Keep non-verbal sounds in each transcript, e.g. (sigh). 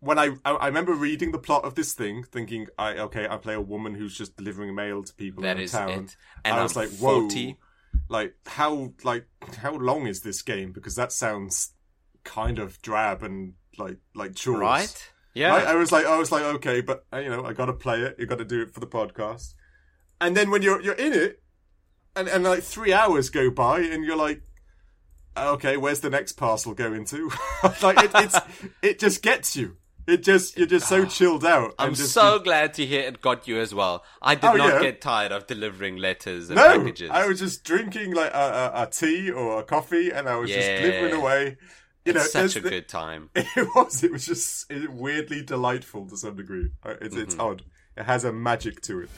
when I, I I remember reading the plot of this thing, thinking, I okay, I play a woman who's just delivering mail to people That in is town. it. And I I'm was like, whoa, 40. like how like how long is this game? Because that sounds kind of drab and like like chores, right? Yeah. Right? I was like, I was like, okay, but uh, you know, I got to play it. You got to do it for the podcast. And then when you're you're in it, and and like three hours go by, and you're like, okay, where's the next parcel going to? (laughs) like it, (laughs) it's it just gets you. It just you're just so chilled out. Ah, I'm and just, so glad to hear it got you as well. I did Oh, not yeah. get tired of delivering letters and no, packages. I was just drinking like a, a, a tea or a coffee, and I was Yeah. just delivering away. You know, Such there's a the- good time. (laughs) It was. It was just weirdly delightful to some degree. Uh, It's it's Mm-hmm. odd. It has a magic to it.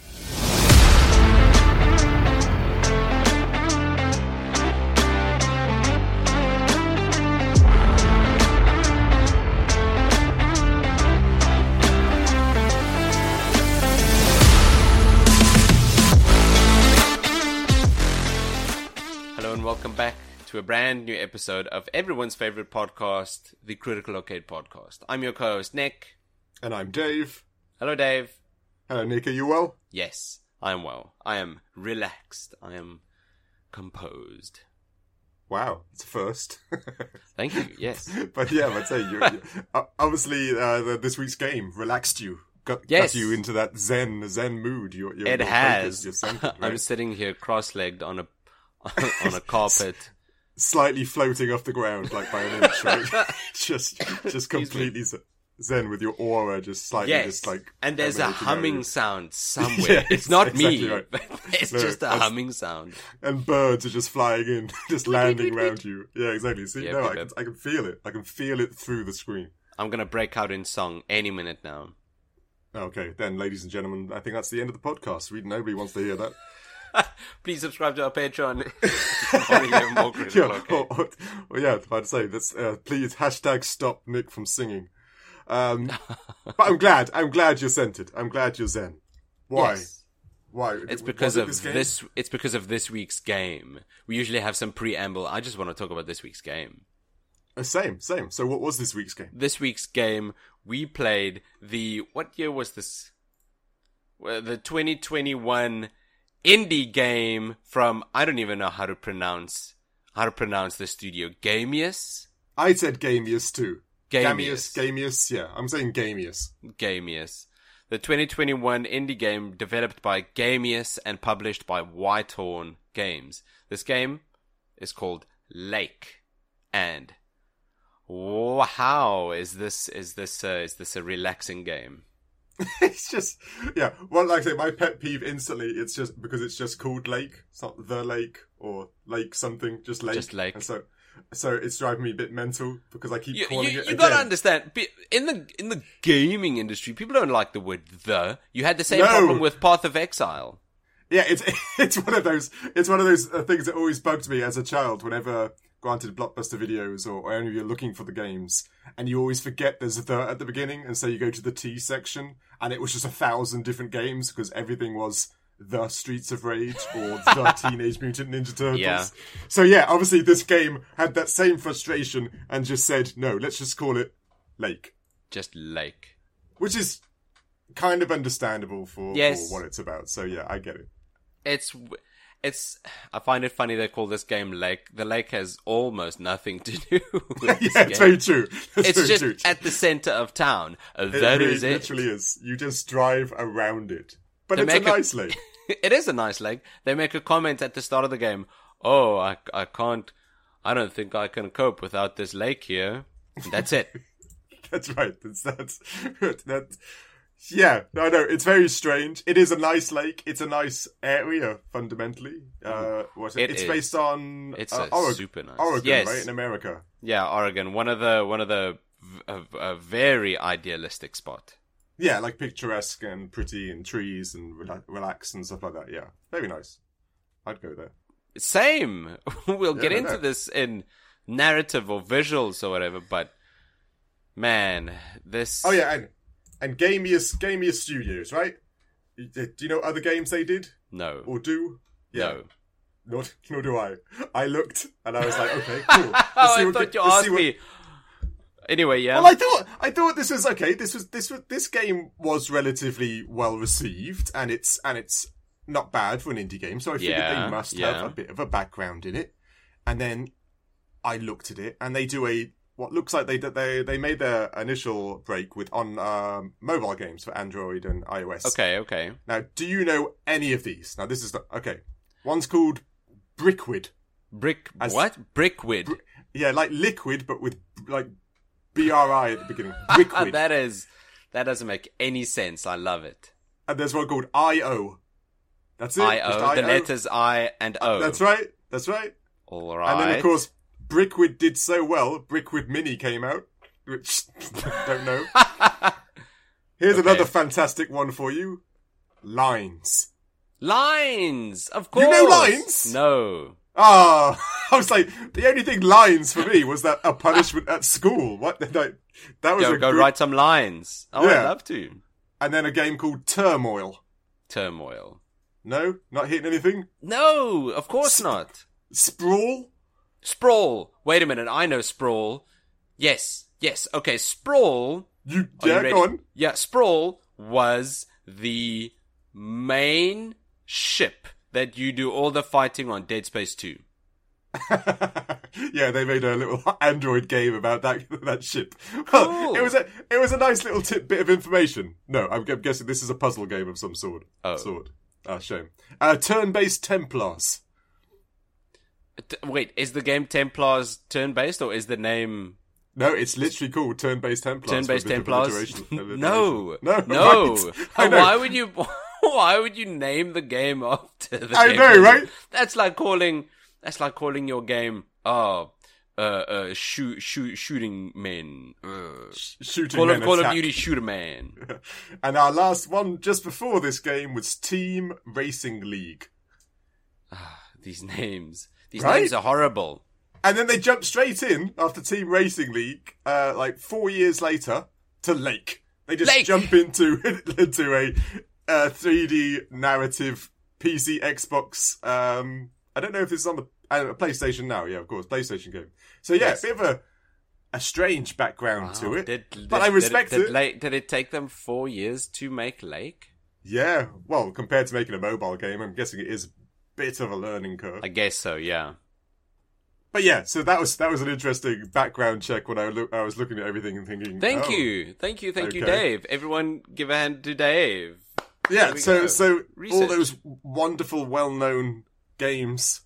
Hello and welcome back to a brand new episode of everyone's favorite podcast, the Critical Arcade Podcast. I'm your co-host Nick. And I'm Dave. Hello, Dave. Hello, Nick. Are you well? Yes, I am well. I am relaxed. I am composed. Wow, it's a first. (laughs) Thank you. Yes. but yeah, I'd say you, you uh, obviously uh, the, this week's game relaxed you, got, Yes. got you into that zen zen mood. You're, you're, It you're Focused, has. you're (laughs) centered, I'm right? sitting here cross-legged on a (laughs) (laughs) on a carpet. Slightly floating off the ground, like by an (laughs) inch. Right? just just completely z- zen with your aura, just slightly, Yes, just like and there's a emanating out of you. humming (laughs) sound somewhere. Yes, it's not me. exactly right. But (laughs) it's No, just a that's- humming sound. and birds are just flying in, (laughs) just landing around you. Yeah, exactly. See, Yep, no, yep, I can, yep. I can feel it. I can feel it through the screen. I'm gonna break out in song any minute now. Okay, then, ladies and gentlemen, I think that's the end of the podcast. We, nobody wants to hear (laughs) that. Please subscribe to (laughs) our Patreon. (laughs) Wanna hear more Critical yeah, (laughs) Arcade. or, or, or yeah, I'd say that's uh, please hashtag stop Nick from singing. (laughs) Um, but I'm glad. I'm glad you're centered. I'm glad you're zen. Why? Yes. Why? Was It's because it of this, game? It's because of this week's game. We usually have some preamble. I just want to talk about this week's game. Uh, same, same. So, what was this week's game? This week's game, we played the what year was this? Well, the 2021 indie game from I don't even know how to pronounce how to pronounce the studio Gamius. I said Gamius too. Gamius. Gamius. Yeah, I'm saying Gamius. Gamius. The 2021 indie game developed by Gamius and published by Whitehorn Games. This game is called Lake, and wow, is this is this uh, is this a relaxing game? (laughs) it's just yeah. Well, like I say, my pet peeve instantly. It's just because it's just called Lake. It's not the Lake or Lake something. Just Lake. Just Lake. And so, so it's driving me a bit mental because I keep You, you, calling you it. again. gotta understand be- in the in the gaming industry, people don't like the word "the." You had the same No. problem with Path of Exile. Yeah, it's (laughs) it's one of those it's one of those uh, things that always bugged me as a child. Whenever granted blockbuster videos or, or any of you are looking for the games, and you always forget there's a the at the beginning, and so you go to the T section, and it was just a thousand different games because everything was the Streets of Rage or the (laughs) Teenage Mutant Ninja Turtles. Yeah. So yeah, obviously this game had that same frustration and just said no, let's just call it Lake, Just Lake. which is kind of understandable for, Yes. for what it's about. So yeah, I get it. it's it's i find it funny they call this game lake the lake has almost nothing to do (laughs) with this yeah, it's game. very true. That's it's very just true. at the center of town Uh, it That really, is it (laughs) literally is. You just drive around it, but They it's a make a- nice lake. (laughs) it is a nice lake they make a comment at the start of the game oh i, I can't i don't think i can cope without this lake here And that's it That's right. That's that's (laughs) that. Yeah, I know. It's very strange. It is a nice lake. It's a nice area fundamentally. Uh, what It it's is. based on (laughs) It's uh, a Oreg- super nice- Oregon, Yes. right in America. yeah oregon one of the one of the v- a, a very idealistic spot Yeah, like picturesque and pretty and trees and rela- relax and stuff like that. Yeah, very nice. I'd go there. same (laughs) we'll Yeah, get I into know. this in narrative or visuals or whatever but man this Oh yeah, and and Gamius Gamius Studios, right? Y- Do you know other games they did no or do? no Nor, (laughs) (laughs) nor do I. I looked and I was like, okay, cool. Let's oh see i what- thought you let's see asked what- me Anyway, yeah. Well, I thought I thought this was okay. This was this was this game was relatively well received, and it's and it's not bad for an indie game. So I figured Yeah, they must yeah. have a bit of a background in it. And then I looked at it, and they do a what looks like they they they made their initial break with on um, mobile games for Android and iOS. okay, okay. Now, do you know any of these? Now, this is the okay. One's called Brickwood. Brick As- what? Brickwood. Yeah, like liquid, but with like BRI at the (laughs) beginning. Brickwood. that is that doesn't make any sense. I love it. and there's one called IO. That's it. I just O. The letters I and O. That's right. That's right. All right. And then of course, Brickwood did so well. Brickwood Mini came out, which (laughs) don't (laughs) know. Here's Okay. another fantastic one for you. Lines. lines. Of course. You know lines? No. Ah, (laughs) I was like, the only thing lines for me was that a punishment at school. What? (laughs) Like, that was Go a go good- write some lines. I would Yeah. love to. And then a game called Turmoil. Turmoil. No, not hitting anything. No, of course not. Sprawl. Sprawl. Wait a minute. I know sprawl. Yes. Yes. Okay. Sprawl. You Are you yeah, ready? go on. Yeah, Sprawl was the main ship that you do all the fighting on Dead Space 2. (laughs) yeah, they made a little (laughs) Android game about that (laughs) that ship. Well, Cool. it was a it was a nice little tip bit of information. No, I'm, gu- guessing this is a puzzle game of some sort. Oh. Sort. Ah, shame. Uh, turn-based Templars. T- Wait, is the game Templars turn based or is the name No, it's literally called turn-based Templars. turn-based with a bit of (laughs) Templars? alliteration- no, (laughs) alliteration. no, no. Oh, right. (laughs) I know. Why would you? (laughs) Why would you name the game after the? I game? know, right? That's like calling. That's like calling your game. Oh, uh, uh, shoot, shoot, shooting men. Uh, Sh- Shooting Call men of Call of attack. Duty (laughs) shooter man. And our last one just before this game was Team Racing League. These names. These Right? names are horrible. And then they jumped straight in after Team Racing League, uh, like four years later, to Lake. They just Lake! jump into (laughs) into a uh, 3D narrative PC Xbox. Um, I don't know if this is on the uh, PlayStation now. Yeah, of course, PlayStation game. So yeah, Yes. a bit of a a strange background Wow, to it, did- but did- I did respect did it. Lake- did it take them four years to make Lake? Yeah, well, compared to making a mobile game, I'm guessing it is a bit of a learning curve. I guess so. Yeah. But yeah, so that was that was an interesting background check when I look I was looking at everything and thinking. Thank oh. you, thank you, thank you, Okay. Dave. Everyone, give a hand to Dave. There Yeah, we so go. so all Research. those wonderful, well-known games,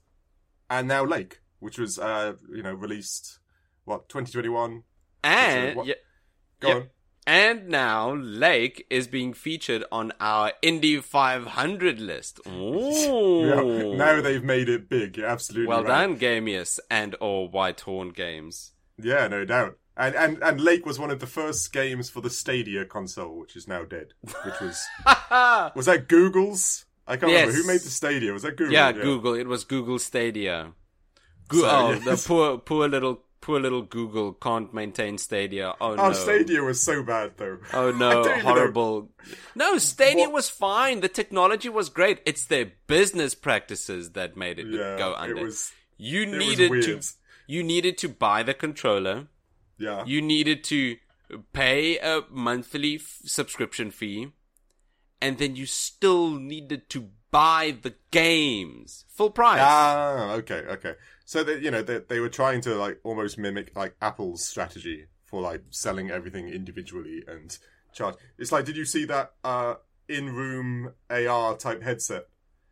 and now Lake, which was uh you know released what 2021. And what- yeah, Go Yeah. on. and now Lake is being featured on our Indie 500 (laughs) list. Ooh. Yeah, now they've made it big. You're absolutely well right. done, Gamius and or Whitehorn Games. Yeah, no doubt. And, and and Lake was one of the first games for the Stadia console, which is now dead. Which (laughs) was was that Google's? I can't remember Yes. who made the Stadia. Was that Google? yeah, Google. It was Google Stadia. Go- So, oh, yes. the poor, poor little, poor little Google can't maintain Stadia. Oh Our no. Stadia was so bad though. Oh (laughs) I no, don't even know. horrible. No, Stadia What- was fine. The technology was great. It's their business practices that made it Yeah, go under. it was. you It needed was to weird. you needed to buy the controller. Yeah. You needed to pay a monthly f- subscription fee and then you still needed to buy the games full price. Ah, okay, okay. So that you know they they were trying to like almost mimic like Apple's strategy for like selling everything individually and charge. It's like, did you see that uh in-room AR type headset,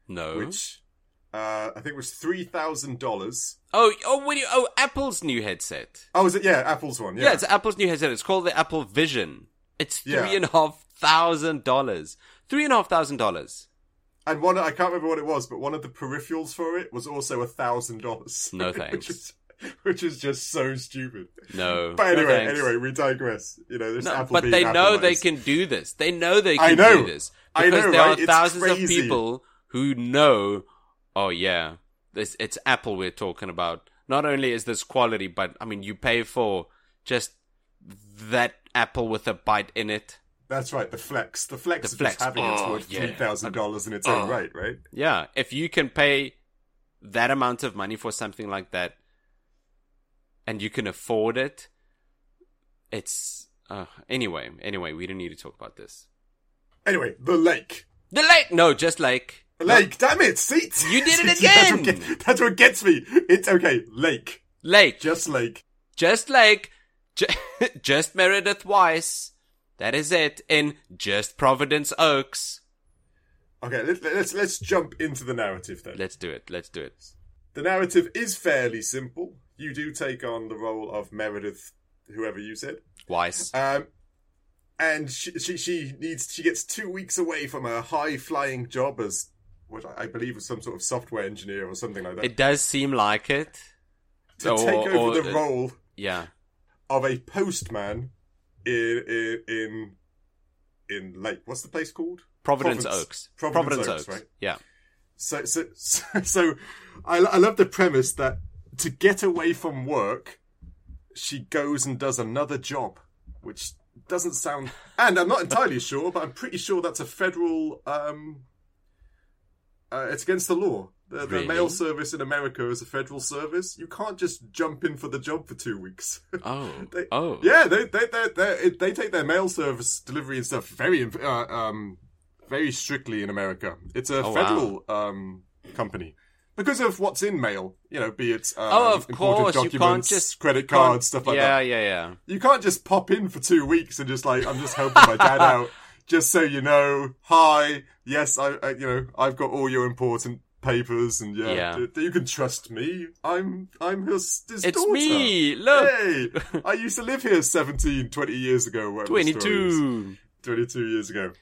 no. which uh I think was three thousand dollars? oh, oh, what do you, oh, Apple's new headset. Oh, was it? Yeah, Apple's one. Yeah. Yeah. it's Apple's new headset. It's called the Apple Vision. It's Yeah. three and a half thousand dollars. Three and a half thousand dollars. And one, I can't remember what it was, but one of the peripherals for it was also a thousand dollars. (laughs) No Which thanks. is, which is just so stupid. No. But no anyway, thanks. anyway, we digress. You know, this No, Apple but being they Apple, know that they is. can do this. They know they I can know. do this I because know, there right? are It's thousands crazy. of people who know. Oh yeah, this it's Apple we're talking about. Not only is this quality, but I mean, you pay for just that apple with a bite in it. That's right. The flex, the flex, The of flex. just having it's Oh, worth yeah. three thousand dollars in its Oh. own right, right? Yeah, if you can pay that amount of money for something like that and you can afford it, It's uh, anyway. Anyway, we don't need to talk about this. Anyway, the lake. The lake. No, just like The lake. Damn it, seats. You did it Seats, (laughs) that's what again! get- That's what gets me. It's okay. Lake. lake. Just, Just lake. like ju- (laughs) just Meredith Weiss. That is it in just Providence Oaks. Okay, let, let's let's jump into the narrative then. Let's do it. Let's do it. The narrative is fairly simple. You do take on the role of Meredith, whoever you said, Weiss. um, and she, she she needs she gets two weeks away from her high flying job as what I I believe was some sort of software engineer or something like that It does seem like it. to or- take over or- the role Yeah. of a postman in in in, in Lake. What's the place called? Providence, Providence- Oaks. Providence Oaks, right? Yeah. So so (laughs) so, so I, I love the premise that to get away from work, she goes and does another job, which doesn't sound. And I'm not (laughs) entirely sure, but I'm pretty sure that's a federal. Um, uh, it's against the law. The, the Really? mail service in America is a federal service. You can't just jump in for the job for two weeks. Oh. (laughs) They- oh. Yeah, they they they they, they take their mail service delivery and stuff very uh, um very strictly in America. It's a Oh, federal um company because of what's in mail. You know, be it um, Oh, of imported course, you can't documents, just- credit Can't- cards, stuff like yeah, that. Yeah, yeah, You can't just pop in for two weeks and just like I'm just helping my dad (laughs) out. Just so you know, hi, yes, I, I you know I've got all your important papers and yeah, Yeah. th- you can trust me. I'm I'm his, his It's daughter. me. Look. Hey, I used to live here 17, 20 years ago. whatever the story is. 22. 22 years ago.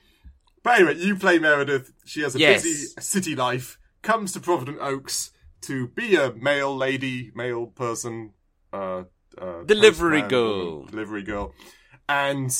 But anyway, you play Meredith. She has a Yes. busy city life, comes to Provident Oaks to be a male lady, male person, uh, uh, Delivery postman, mm, girl. Delivery girl. And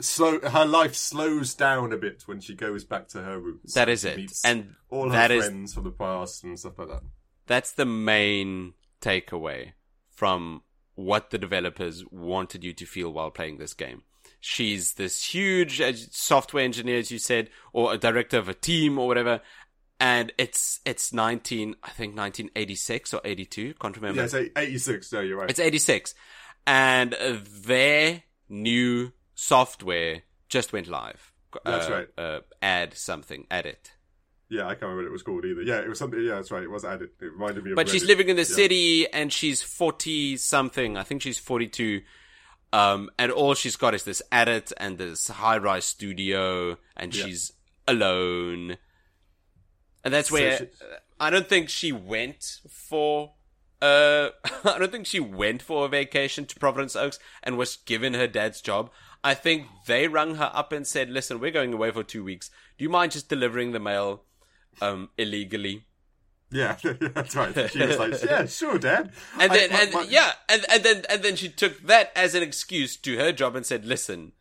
slow, her life slows down a bit when she goes back to her roots. That is She it. meets And all her that is- friends from the past and stuff like that. that's the main takeaway from what the developers wanted you to feel while playing this game. She's this huge uh, software engineer, as you said, or a director of a team or whatever. And it's it's 19, I think 1986 or 82, can't remember. Yeah, so 86. No, you're right. It's 86. And uh, their new software just went live. That's Uh, right. Uh, add something, add it. Yeah, I can't remember what it was called either. Yeah, it was something. Yeah, that's right. It was added. It reminded me of. But she's Reddit. living in the Yeah. city and she's 40 something. I think she's 42. Um, and all she's got is this edit and this high rise studio and Yeah. she's alone. And that's So where uh, she- I don't think she went for, uh, (laughs) I don't think she went for a vacation to Providence Oaks and was given her dad's job. I think they rung her up and said, listen, we're going away for two weeks. Do you mind just delivering the mail, um, illegally? Yeah, (laughs) that's right. She was like, (laughs) "Yeah, sure, Dad." and I- then my- and my- yeah and, and then and then she took that as an excuse to her job and said listen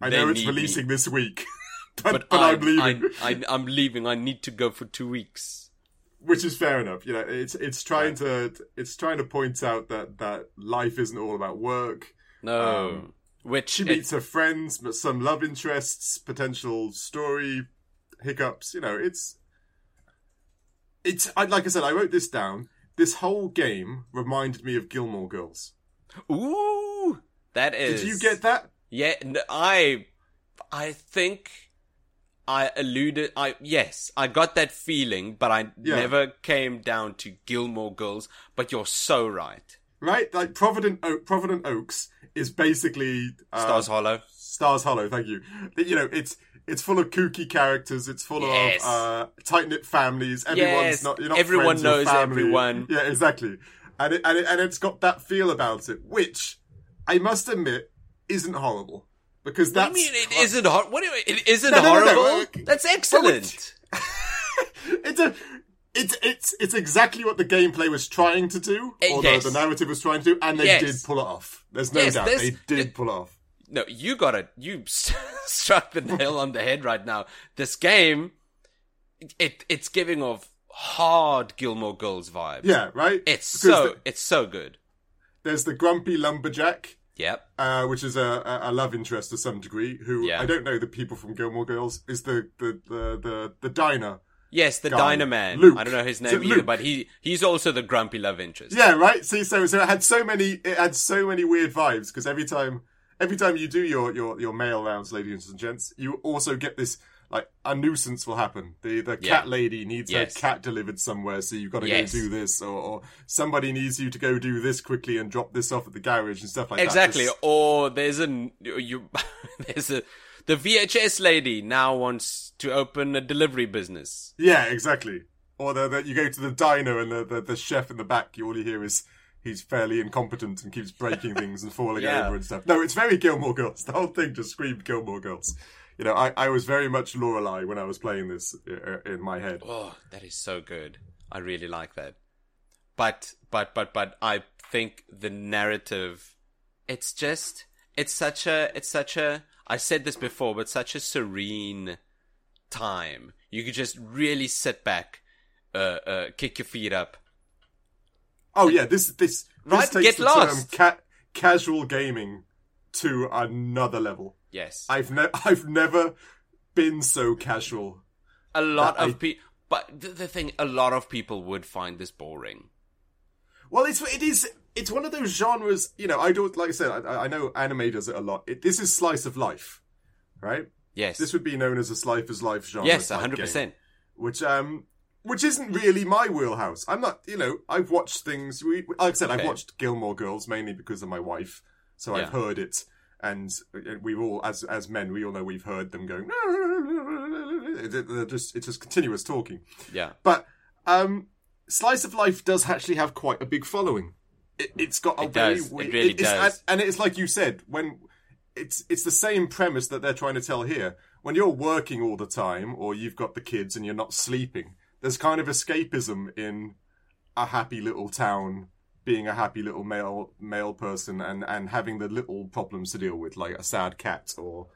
I they know it's need releasing this week, (laughs) but, but, but, I'm, leaving, I, I, i'm leaving i need to go for two weeks (laughs) which is fair enough. You know, it's it's trying to it's trying to point out that that life isn't all about work. no Um, which She it- meets her friends, but some love interests, potential story hiccups. You know, it's it's I, like I said, I wrote this down. This whole game reminded me of Gilmore Girls. ooh that Did is you get that? yeah n- i i think i alluded i yes i got that feeling but i Yeah. never came down to gilmore girls but you're so right Right, like Provident o- Provident Oaks is basically uh, stars hollow Stars Hollow, thank you. That, You know, it's it's full of kooky characters. It's full Yes. of uh, tight knit families. Everyone's Yes. not. You're not Everyone friends, you're knows family. everyone. Yeah, exactly. And it, and it, and it's got that feel about it, which I must admit isn't horrible because I that's mean it isn't hor- what do you, it isn't No, no, no, no, horrible uh, that's excellent it's a. It's it's it's exactly what the gameplay was trying to do, Eh, or yes. the, the narrative was trying to do, and they Yes. did pull it off. There's no Yes, doubt there's- they did pull it off. No, you got it. You (laughs) struck the nail on the head right now. This game, it it's giving off hard Gilmore Girls vibes. Yeah, right. it's Because so the- it's so good. there's the grumpy lumberjack, Yep. uh, which is a, a, a love interest to some degree, who Yeah. I don't know the people from Gilmore Girls, is the the, the, the, the diner Yes, the Guy. Dynaman. Luke. I don't know his Is it name either, Luke? but he he's also the grumpy love interest. Yeah, right. See, so so it had so many it had so many weird vibes because every time every time you do your your your mail rounds, ladies and gents, you also get this like a nuisance will happen. The the Yeah. cat lady needs Yes. her cat delivered somewhere, so you've got to Yes. go do this, or, or somebody needs you to go do this quickly and drop this off at the garage and stuff like exactly. that. This- Or there's a you (laughs) there's a the VHS lady now wants to open a delivery business. Yeah, exactly. Or the, the, you go to the diner and the, the, the chef in the back, you, all you hear is he's fairly incompetent and keeps (laughs) breaking things and falling Yeah. over and stuff. No, it's very Gilmore Girls. The whole thing just screamed Gilmore Girls. You know, I, I was very much Lorelei when I was playing this uh, in my head. Oh, that is so good. I really like that. But but but but I think the narrative it's just it's such a it's such a I said this before, but such a serene time. You could just really sit back, uh, uh kick your feet up. Oh yeah, this this this Right, takes get the lost. term ca- casual gaming to another level. Yes. I've ne- (laughs) I've never been so casual. a lot that of people but th- the thing a lot of people would find this boring. Well, it's it is it's one of those genres. You know, I don't like I said. I, I know anime does it a lot. It, this is slice of life, right? Yes. This would be known as a slice of life genre. yes, type 100%. game, which um, which isn't really my wheelhouse. I'm not. You know, I've watched things. We like I said, I've Okay. watched Gilmore Girls mainly because of my wife, so I've Yeah. heard it. And we've all, as as men, we all know we've heard them going. (laughs) They're just it's just continuous talking. Yeah. But um, slice of life does actually have quite a big following. It, it's got a It very does. It weird- really it's- does. and, and it's like you said when it's it's the same premise that they're trying to tell here. When you're working all the time, or you've got the kids and you're not sleeping, there's kind of escapism in a happy little town, being a happy little male male person, and and having the little problems to deal with, like a sad cat or.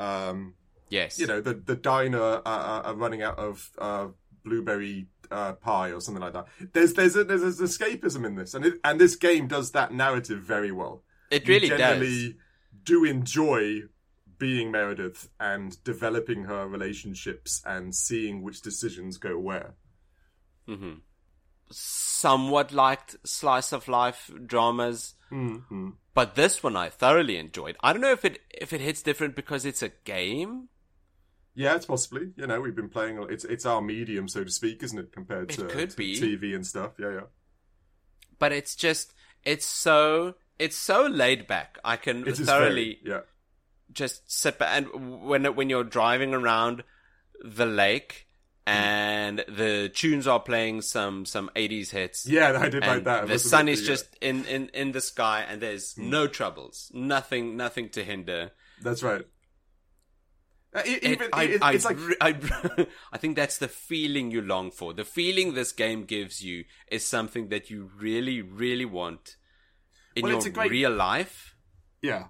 Um, Yes. you know the the diner are, are are running out of uh, blueberry uh, pie or something like that. There's there's a, there's an escapism in this, and it, and this game does that narrative very well. it really you does. generally do enjoy being Meredith and developing her relationships and seeing which decisions go where. hmm Somewhat liked slice of life dramas, Mm-hmm. but this one I thoroughly enjoyed. I don't know if it if it hits different because it's a game. Yeah, it's possibly. You know, we've been playing. It's it's our medium, so to speak, isn't it? Compared It to, could to be. TV and stuff. Yeah, yeah. but it's just it's so it's so laid back. I can It is thoroughly very- yeah. just sit back and when when you're driving around the lake Mm. and the tunes are playing some some 80s hits. Yeah, I did like and that. The It was- sun is yeah. Mm. just in, in, in the sky, and there's no troubles, nothing nothing to hinder. That's right. Uh, e- It- Even I, it- I it's like re- (laughs) I, I think that's the feeling you long for. The feeling this game gives you is something that you really, really want in Well, your it's a great- real life. yeah,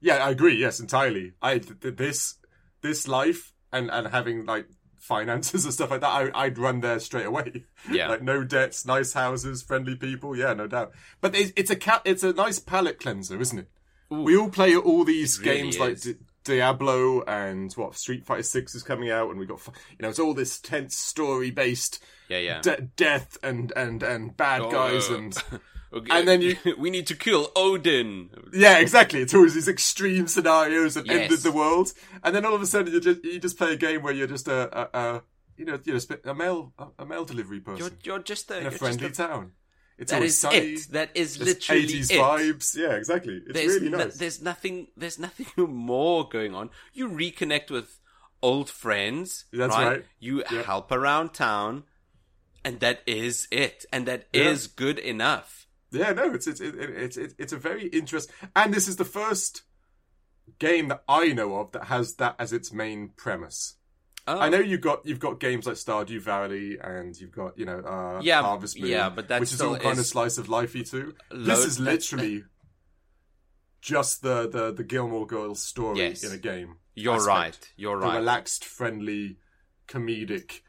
yeah. I agree. Yes, entirely. I th- th- this this life and and having like finances (laughs) and stuff like that. I, I'd run there straight away. (laughs) Yeah. like no debts, nice houses, friendly people. Yeah, no doubt. But it, it's a cat. It's a nice palate cleanser, isn't it? Ooh. we all play all these really games like is. Di- Diablo and what Street Fighter Six is coming out, and we got f- you know it's all this tense story based Yeah, yeah. de- death and and and bad guys uh, and (laughs) Okay. and then you- (laughs) we need to kill Odin. Yeah, exactly. It's always these extreme scenarios that Yes. ended the world, and then all of a sudden you just you just play a game where you're just a, a, a you know you're a, sp- a mail a, a mail delivery You're, person you're just a, in a you're just friendly a- town. It's that always is sunny. it. That is there's literally 80s it. vibes. Yeah, exactly. It's there's really no- nice. there's nothing. There's nothing (laughs) more going on. You reconnect with old friends. That's right. You Yeah. help around town, and that is it. And that is Yeah. good enough. Yeah, no, it's it's it, it, it's it's a very interesting, and this is the first game that I know of that has that as its main premise. Oh, I know you've got you've got games like Stardew Valley and you've got you know uh, Yeah, Harvest Moon, yeah, but that which is still all kind of is eh, slice of lifey too. load- this is that- literally just the, the the Gilmore Girls story Yes. in a game. You're aspect. right. You're The right. relaxed, friendly, comedic.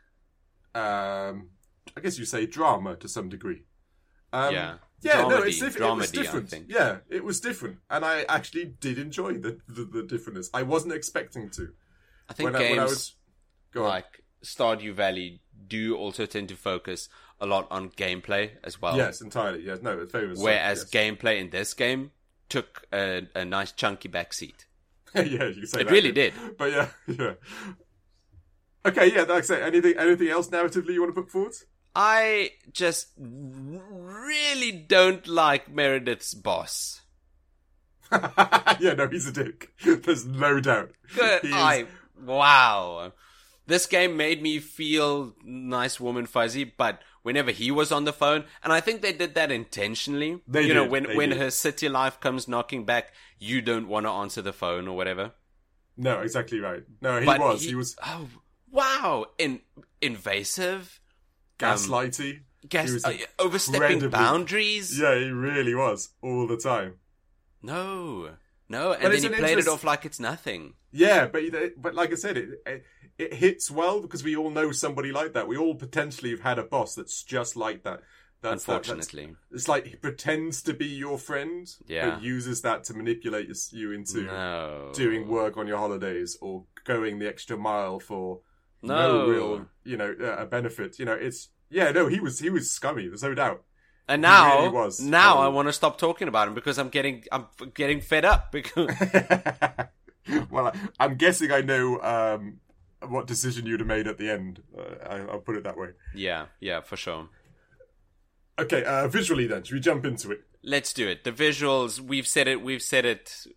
Um, I guess you say drama to some degree. Um, Yeah. yeah, no, it's, Dramedy- diff- it was dramedy, I different. think. Yeah, it was different, and I actually did enjoy the the, the differentness. I wasn't expecting to I think when, I, games when I was. Go on. like Stardew Valley do also tend to focus a lot on gameplay as well. yes, entirely. Yes, no, it's very. much so, Whereas yes. gameplay in this game took a, a nice chunky backseat. (laughs) yeah, you can say It that, really yeah. But yeah, (laughs) yeah. Okay, yeah, like I say, anything, anything else narratively you want to put forward? I just really don't like Meredith's boss. (laughs) yeah, no, he's a dick. (laughs) There's no doubt. Good. He is- I wow. This game made me feel nice, woman, fuzzy. But whenever he was on the phone, and I think they did that intentionally. They you did, know, when they when did. her city life comes knocking back, you don't want to answer the phone or whatever. No, exactly right. No, he but was. He, was Oh wow! In invasive, gaslighty. gas, was uh, overstepping incredibly- boundaries. yeah, he really was all the time. No, no, But and then it's he an played it interest- off like it's nothing. Yeah, but it- but like I said, it, it it hits well because we all know somebody like that. We all potentially have had a boss that's just like that. That's that- that's- unfortunately, it's like he pretends to be your friend, Yeah. but uses that to manipulate us- you into no. doing work on your holidays or going the extra mile for No. no, real, you know, uh, a benefit. You know, it's yeah, no, he was he was scummy. There's no doubt. (laughs) And He really now, was. now Um, I want to stop talking about him because I'm getting, I'm f- getting fed up. Because (laughs) well, I- I'm guessing I know um, what decision you'd have made at the end. Uh, I, I'll put it that way. yeah, yeah, for sure. Okay, uh, visually then, should we jump into it? Let's do it. The visuals, we've said it, we've said it,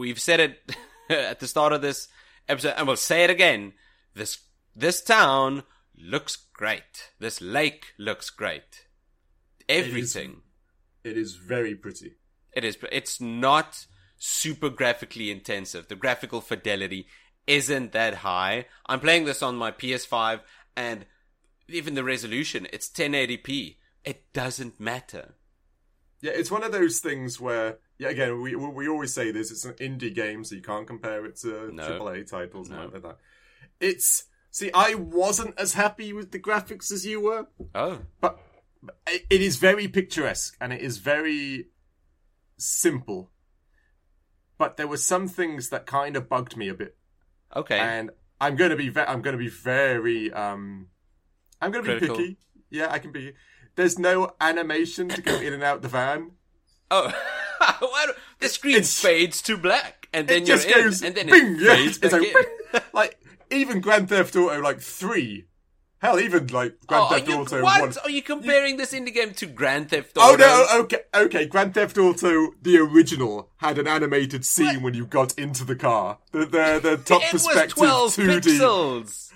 we've said it (laughs) at the start of this episode, and we'll say it again. This this town looks great. This lake looks great. is- Everything. It is very pretty. It is. but It's not super graphically intensive. The graphical fidelity isn't that high. I'm playing this on my PS5, and even the resolution, it's 1080p. It doesn't matter. Yeah, it's one of those things where, yeah, again, we we we always say this. It's an indie game, so you can't compare it to No. AAA titles and No. like that. It's see, I wasn't as happy with the graphics as you were. Oh, but it it is very picturesque and it is very simple. But there were some things that kind of bugged me a bit, okay. and I'm going to be ve- I'm going to be very um, I'm going to be Critical. picky. Yeah, I can be. There's no animation to go in and out the van. (laughs) oh, Why do- the screen It's- fades to black, and then it you're just in, goes and then bing, it yeah, fades it's back like, in. bing. like even Grand Theft Auto like three, hell even like Grand Oh, are Theft you, Auto what? one. Are you comparing this indie game to Grand Theft Oh Auto? no, okay, okay. Grand Theft Auto, the original, had an animated scene when you got into the car. The the, the top It was perspective 12 2D. pixels.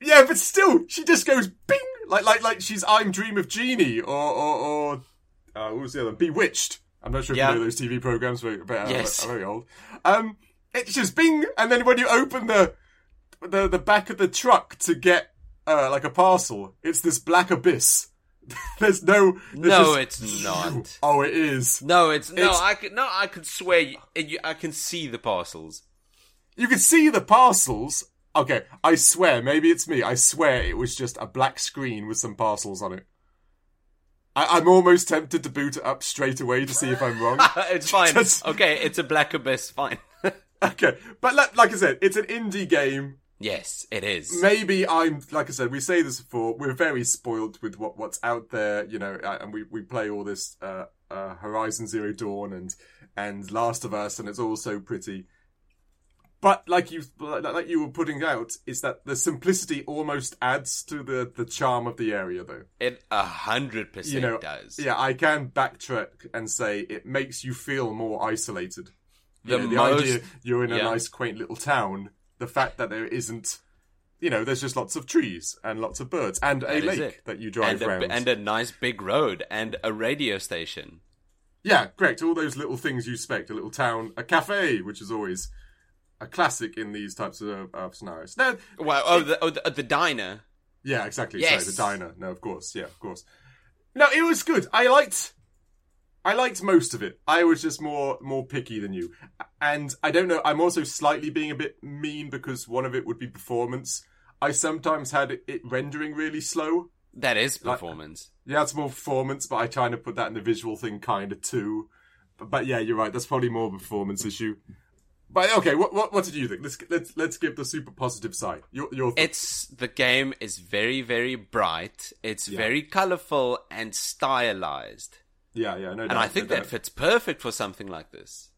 Yeah, but still, she just goes bing, like like like she's I'm Dream of Genie or or, or uh, what was the other? one? Bewitched. I'm not sure if Yeah. you know those TV programs, but, but I'm- Yes. I'm very old. Um, it's just bing, and then when you open the the the back of the truck to get uh, like a parcel, it's this black abyss. (laughs) there's no, there's No, just- it's not. Oh, it is. No, it's no. It's- I can no. I can swear. You, and you, I can see the parcels. (laughs) You could see the parcels. Okay, I swear, maybe it's me. I swear it was just a black screen with some parcels on it. I- I'm almost tempted to boot it up straight away to see if I'm wrong. (laughs) it's fine. Just- Okay, it's a black abyss. Fine. okay, but like, like I said, it's an indie game. yes, it is. Maybe I'm, like I said, we say this before, we're very spoiled with what, what's out there, you know, uh, and we, we play all this uh, uh, Horizon Zero Dawn and, and Last of Us, and it's all so pretty. but like you like like you were putting out is that the simplicity almost adds to the the charm of the area though It a hundred You know, percent does. yeah i can backtrack and say it makes you feel more isolated The you know, the most. idea you're in a yeah. nice quaint little town the fact that there isn't you know there's just lots of trees and lots of birds and a That is lake it. that you and drive a, around and a nice big road and a radio station. yeah correct all those little things you expect a little town a cafe which is always a classic in these types of, of scenarios now Well, oh, the, oh, the, uh, the diner. Yeah, exactly. Yes. Sorry, the diner. No, of course. Yeah, of course. No, it was good. I liked I liked most of it. I was just more more picky than you. And I don't know, I'm also slightly being a bit mean because one of it would be performance. I sometimes had it, it rendering really slow. That is Like- performance. Yeah, it's more performance, but I try to put that in the visual thing kind of too. But, but yeah, you're right. That's probably more of a performance issue. But okay, what what, what did you think? Let's let's let's give the super positive side. Your your thoughts. It's the game is very very bright. It's Yeah. very colorful and stylized. yeah yeah no doubt, and I think no that doubt. fits perfect for something like this.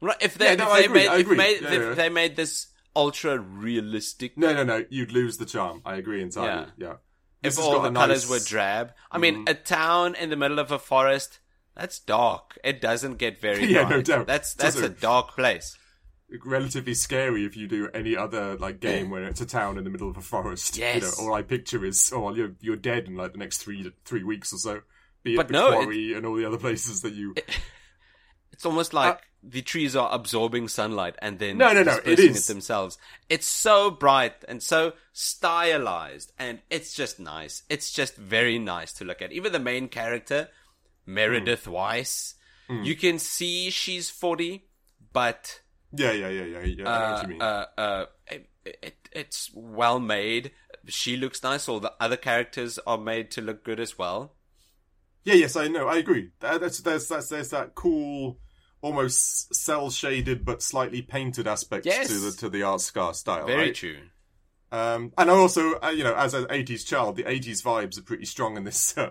Right? If they, Yeah, no, if I they agree, made, I if agree. made Yeah, if yeah. they made this ultra realistic, no no no you'd lose the charm. I agree entirely. Yeah. This if has all got the a colors nice- Mm. were drab, I mean, a town in the middle of a forest. That's dark. It doesn't get very (laughs) Yeah, no bright. doubt. That's It that's a doesn't. dark place. relatively scary if you do any other like game where it's a town in the middle of a forest. You Yes. know, all I picture is oh well, you're you're dead in like the next three three weeks or so. Be it But the no, it- quarry and all the other places that (laughs) you It's almost like the trees are absorbing sunlight and then Uh, No, no, no, it dispersing is. it themselves. It's so bright and so stylized, and it's just nice. It's just very nice to look at. Even the main character, Hmm. Meredith Weiss, you can see she's forty, but Yeah, yeah, yeah, yeah, yeah. I know what you mean. uh, uh, it, it, it's well made. She looks nice. All the other characters are made to look good as well. yeah, yes, I know. I agree. That- That's that's that's there's that cool, almost cell shaded but slightly painted aspect Yes. to the to the art scar style. Very right? true. Um, and I also, uh, you know, as an '80s child, the '80s vibes are pretty strong in this. (laughs) Uh,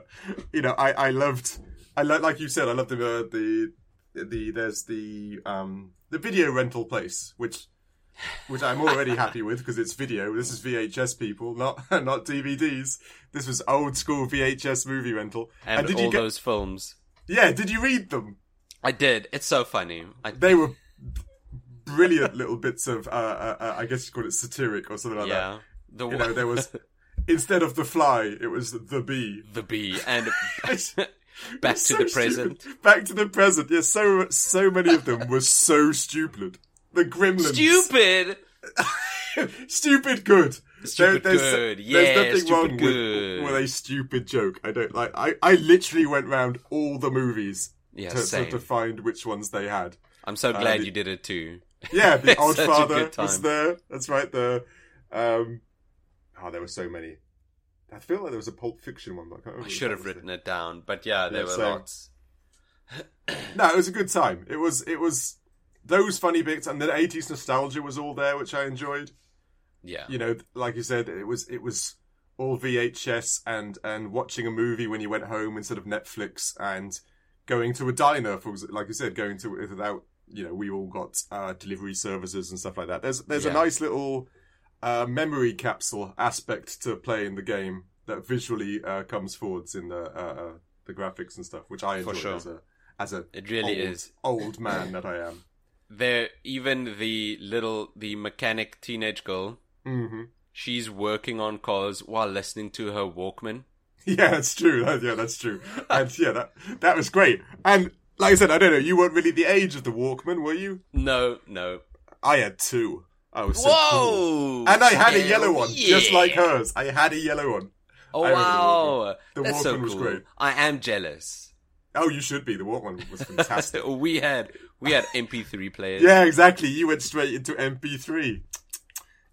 you know, I, I loved, I lo- like you said, I loved the uh, the the there's the um the video rental place, which which I'm already happy with because it's video. This is VHS people, not (laughs) not DVDs. This was old school VHS movie rental. And, did all you get? those films. Yeah, did you read them? I did. It's so funny. I, They were brilliant little bits of uh, uh, uh, I guess you call it satiric or something like that. yeah. The You one- know, there (laughs) was instead of the fly, it was the bee. the bee (laughs) and (laughs) It's- back to It's so the present. stupid. Back to the present. Yes, so so many of them were so stupid. The gremlins. Stupid. stupid good. Stupid good. Yeah, there's nothing stupid wrong good. With, with a stupid joke. I don't like. I, I literally went round all the movies Yeah, to, to, same. to find which ones they had. I'm so glad the- you did it too. (laughs) Yeah, the It's odd such a father good time. was there. That's right. The um, oh, there were so many. I feel like there was a Pulp Fiction one, but I can't remember. I which should one have was it. written it down, but yeah, there Yeah, were same. lots. No, it was a good time. It was it was those funny bits, and the eighties nostalgia was all there, which I enjoyed. Yeah. You know, like you said, it was it was all VHS and and watching a movie when you went home instead of Netflix and going to a diner for ex- like you said, going to without you know we all got uh, delivery services and stuff like that. There's there's Yeah. a nice little uh, memory capsule aspect to play in the game that visually uh, comes forwards in the uh, uh, the graphics and stuff, which I For enjoy sure. as a as a It really old, is. old man that I (laughs) am. There even the little the mechanic teenage girl, Mm-hmm. hmm she's working on cars while listening to her Walkman. Yeah, that's true. (laughs) That- yeah, that's true. And yeah, that that was great. And like I said, I don't know. You weren't really the age of the Walkman, were you? No, no. I had two. I was so cool. Whoa! And I had a Hell yellow one, just yeah. like hers. I had a yellow one. Oh I remember the wow, The that's so Walkman cool. was great. I am jealous. Oh, you should be. The Walkman (laughs) was fantastic. we had we had MP3 players. yeah, exactly. You went straight into MP3.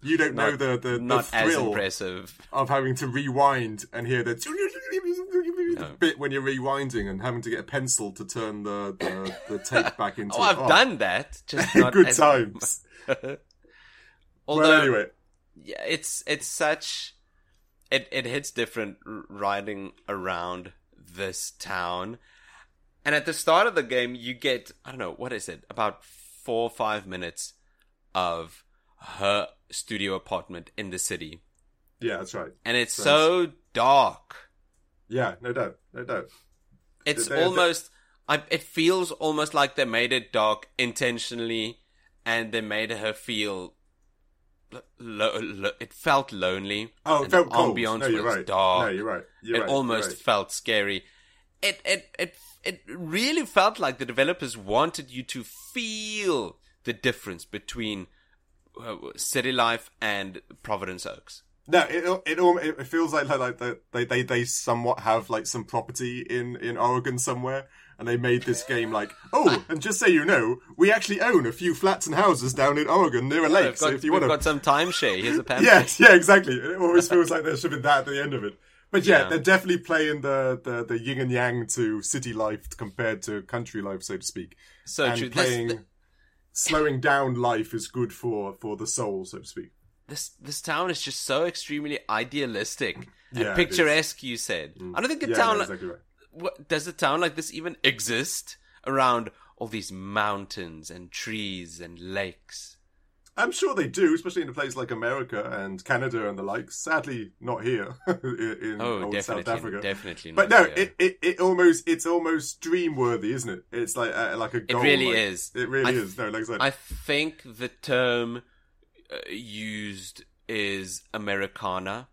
You don't Not- know the the, not the as thrill impressive. of having to rewind and hear the, No. bit when you're rewinding and having to get a pencil to turn the the, the tape (laughs) back into. Oh, I've (laughs) done that. Just not good as- times. (laughs) Although, Well, anyway, yeah, it's it's such it it hits different r- riding around this town, and at the start of the game, you get I don't know what is it about four or five minutes of her studio apartment in the city, yeah, that's right. and it's Sounds- so dark. Yeah, no doubt, no doubt. It's They- they- almost. I, it feels almost like they made it dark intentionally, and they made her feel. Lo- lo- lo- it felt lonely. Oh, it and felt the cold. Ambiance no, you're was right. dark. No, you're right. You're it right. You're almost right. felt scary. It it it it really felt like the developers wanted you to feel the difference between uh, city life and Providence Oaks. No, it it al- it it feels like like, like they- they, they they somewhat have like some property in in Oregon somewhere, and they made this game like oh, and just so you know, we actually own a few flats and houses down in Oregon near a lake. We've so got, if you we've want to got some timeshare. (laughs) Here's a (laughs) pamphlet. Yes, yeah, exactly. It always feels like there should have been that at the end of it. But yeah, Yeah. they're definitely playing the, the, the yin and yang to city life compared to country life, so to speak. so and true. This- playing slowing down life is good for for the soul, so to speak. This this town is just so extremely idealistic and Yeah, it is. Mm. picturesque. You said. I don't think a Yeah, town no, like, exactly right. what, does a town like this even exist around all these mountains and trees and lakes. I'm sure they do, especially in a place like America and Canada and the likes. Sadly, not here (laughs) in in Oh, old definitely, South Africa. definitely. But not no, here. it, it, it almost it's almost dream worthy, isn't it? It's like uh, like a It goal. really like- is. It really I th- is. No, like I said, I think the term uh, used is Americana.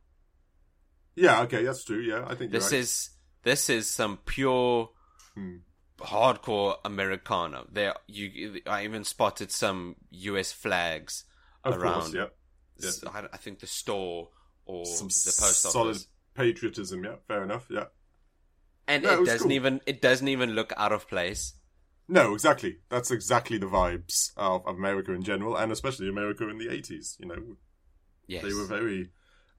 yeah, okay, that's true. Yeah, I think you're This right. is this is some pure Hmm. hardcore Americana. There, you. I even spotted some U.S. flags of around. course, yeah, yeah. S- I, I think the store or Some the post office. solid patriotism. Yeah, fair enough. Yeah, and No, it it was doesn't cool. even it doesn't even look out of place. no, exactly. That's exactly the vibes of, of America in general, and especially America in the '80s. You know, Yes. they were very,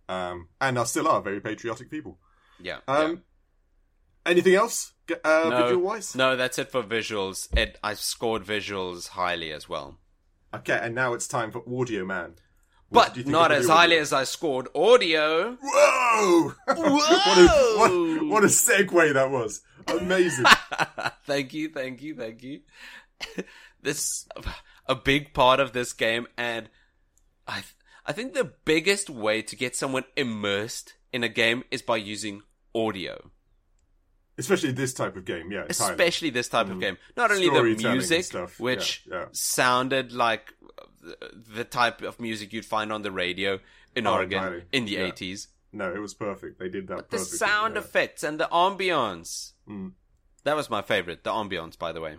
um, and are still are very patriotic people. yeah. Um, yeah. Anything else? G- Uh, No. Video wise, No, that's it for visuals. It, I scored visuals highly as well. okay. And now it's time for Audio Man. What did you But think not of as the audio? highly as I scored audio. Whoa! (laughs) Whoa! what, a, what, what a segue that was. (laughs) Amazing. thank you, thank you, thank you. (laughs) this a big part of this game, and I th- I think the biggest way to get someone immersed in a game is by using audio, Especially this type of game, yeah, entirely. Mm-hmm. especially this type of game. Not only the Storytelling and music, stuff, which yeah, yeah. sounded like the, the type of music you'd find on the radio in Oh, Oregon entirely. in the Yeah. eighties. No, it was perfect. They did that The perfectly, sound yeah. effects and the ambiance. Mm. That was my favorite. The ambiance, by the way.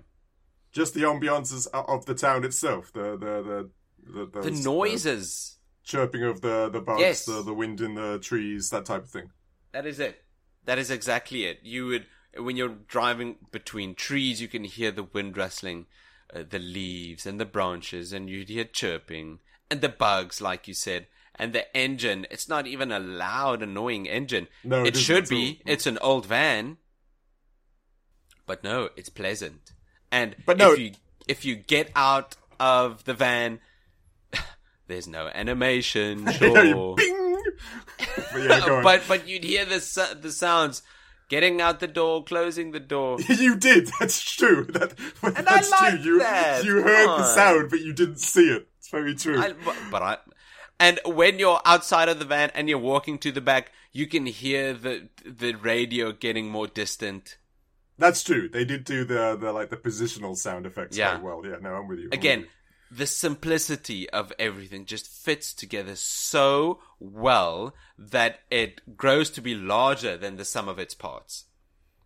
Just the ambiances o- of the town itself. The, the, the, the, The those, uh, noises. chirping of the, the bugs, Yes. the, the wind in the trees, that type of (laughs) thing. That is it. That is exactly it. You would, when you're driving between trees, you can hear the wind rustling, uh, the leaves and the branches, and you'd hear chirping and the bugs, like you said, and the engine. It's not even a loud, annoying engine. No, it it isn't should at be. all. Mm. It's an old van, but no, it's pleasant. And But no- if you if you get out of the van, (laughs) there's no (laughs) animation. You Sure know, you bing! but yeah, go on. Oh, but but you'd hear the su- the sounds getting out the door, closing the door. (laughs) You did. That's true. That, And I that's like true. You, that. you heard Come the on. sound, but you didn't see it. It's very true. I, but- but I and when you're outside of the van and you're walking to the back, you can hear the the radio getting more distant. That's true. They did do the the like the positional sound effects Yeah. quite well. Yeah, no, I'm with you. I'm Again, with you. the simplicity of everything just fits together so well that it grows to be larger than the sum of its parts.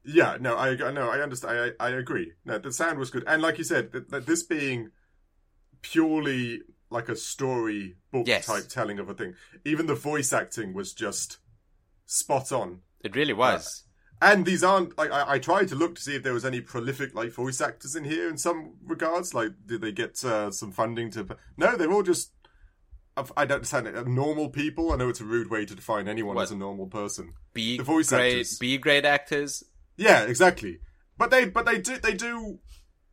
yeah, no, I I- no, I understand. I I, I agree. No, the sound was good, and like you said, th- th- this being purely like a story book Yes. type telling of a thing, even the voice acting was just spot on. It Uh, really was. And these aren't. Like, I I tried to look to see if there was any prolific like voice actors in here in some regards. Like, did they get uh, some funding to? No, they're all just. I- I don't understand it. Normal people. I know it's a rude way to define anyone What? as a normal person. B the voice grade, actors. B grade actors. Yeah, exactly. But they, but they do, they do.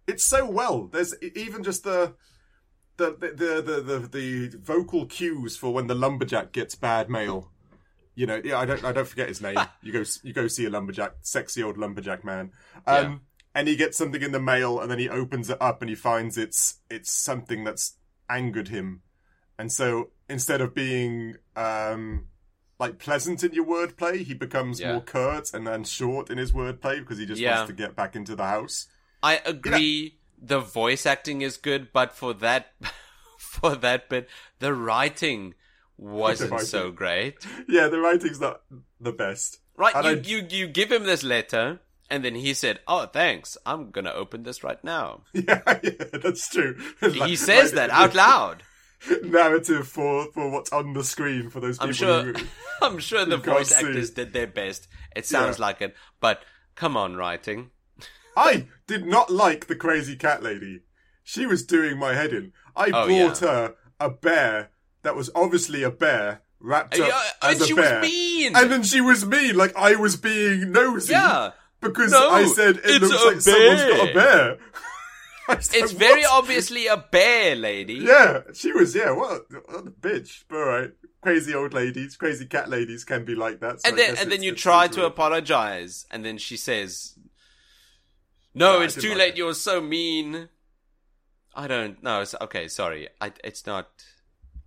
It's so well. There's e- even just the. The, the the the the the vocal cues for when the lumberjack gets bad mail, you know. Yeah, I don't I don't forget his (laughs) name. you go you go see a lumberjack, sexy old lumberjack man, um, Yeah. and he gets something in the mail, and then he opens it up and he finds it's it's something that's angered him, and so instead of being um, like pleasant in your wordplay, he becomes Yeah. more curt and then short in his wordplay because he just Yeah. wants to get back into the house. I agree. The voice acting is good, but for that, (laughs) for that bit, the writing wasn't writing. so great. Yeah, the writing's not the best. (laughs) I Right? don't- You, you you give him this letter, and then he said, "Oh, thanks. I'm gonna open this right now." Yeah, yeah that's true. (laughs) he says that out loud. Narrative for for what's on the screen for those people. I'm sure. who- I'm sure the You can't voice see. actors did their best. It sounds Yeah. like it, but come on, writing. I did not like the crazy cat lady. She was doing my head in. I Oh, brought her a bear that was obviously a bear wrapped up Yeah, as and a she bear. was mean. And then she was mean, like I was being nosy. yeah. Because No, I said it it's looks a like someone's got a bear. (laughs) was It's like, (laughs) very what? obviously a bear, lady. Yeah, she was. Yeah, what, a- what a bitch. But all right, crazy old ladies, crazy cat ladies can be like that. so and I then guess and then it's- you it's try to natural. apologize, and then she says, "No, Yeah, I it's did too like late. it. You're so mean." I don't know. It's, okay, sorry. I, it's not. I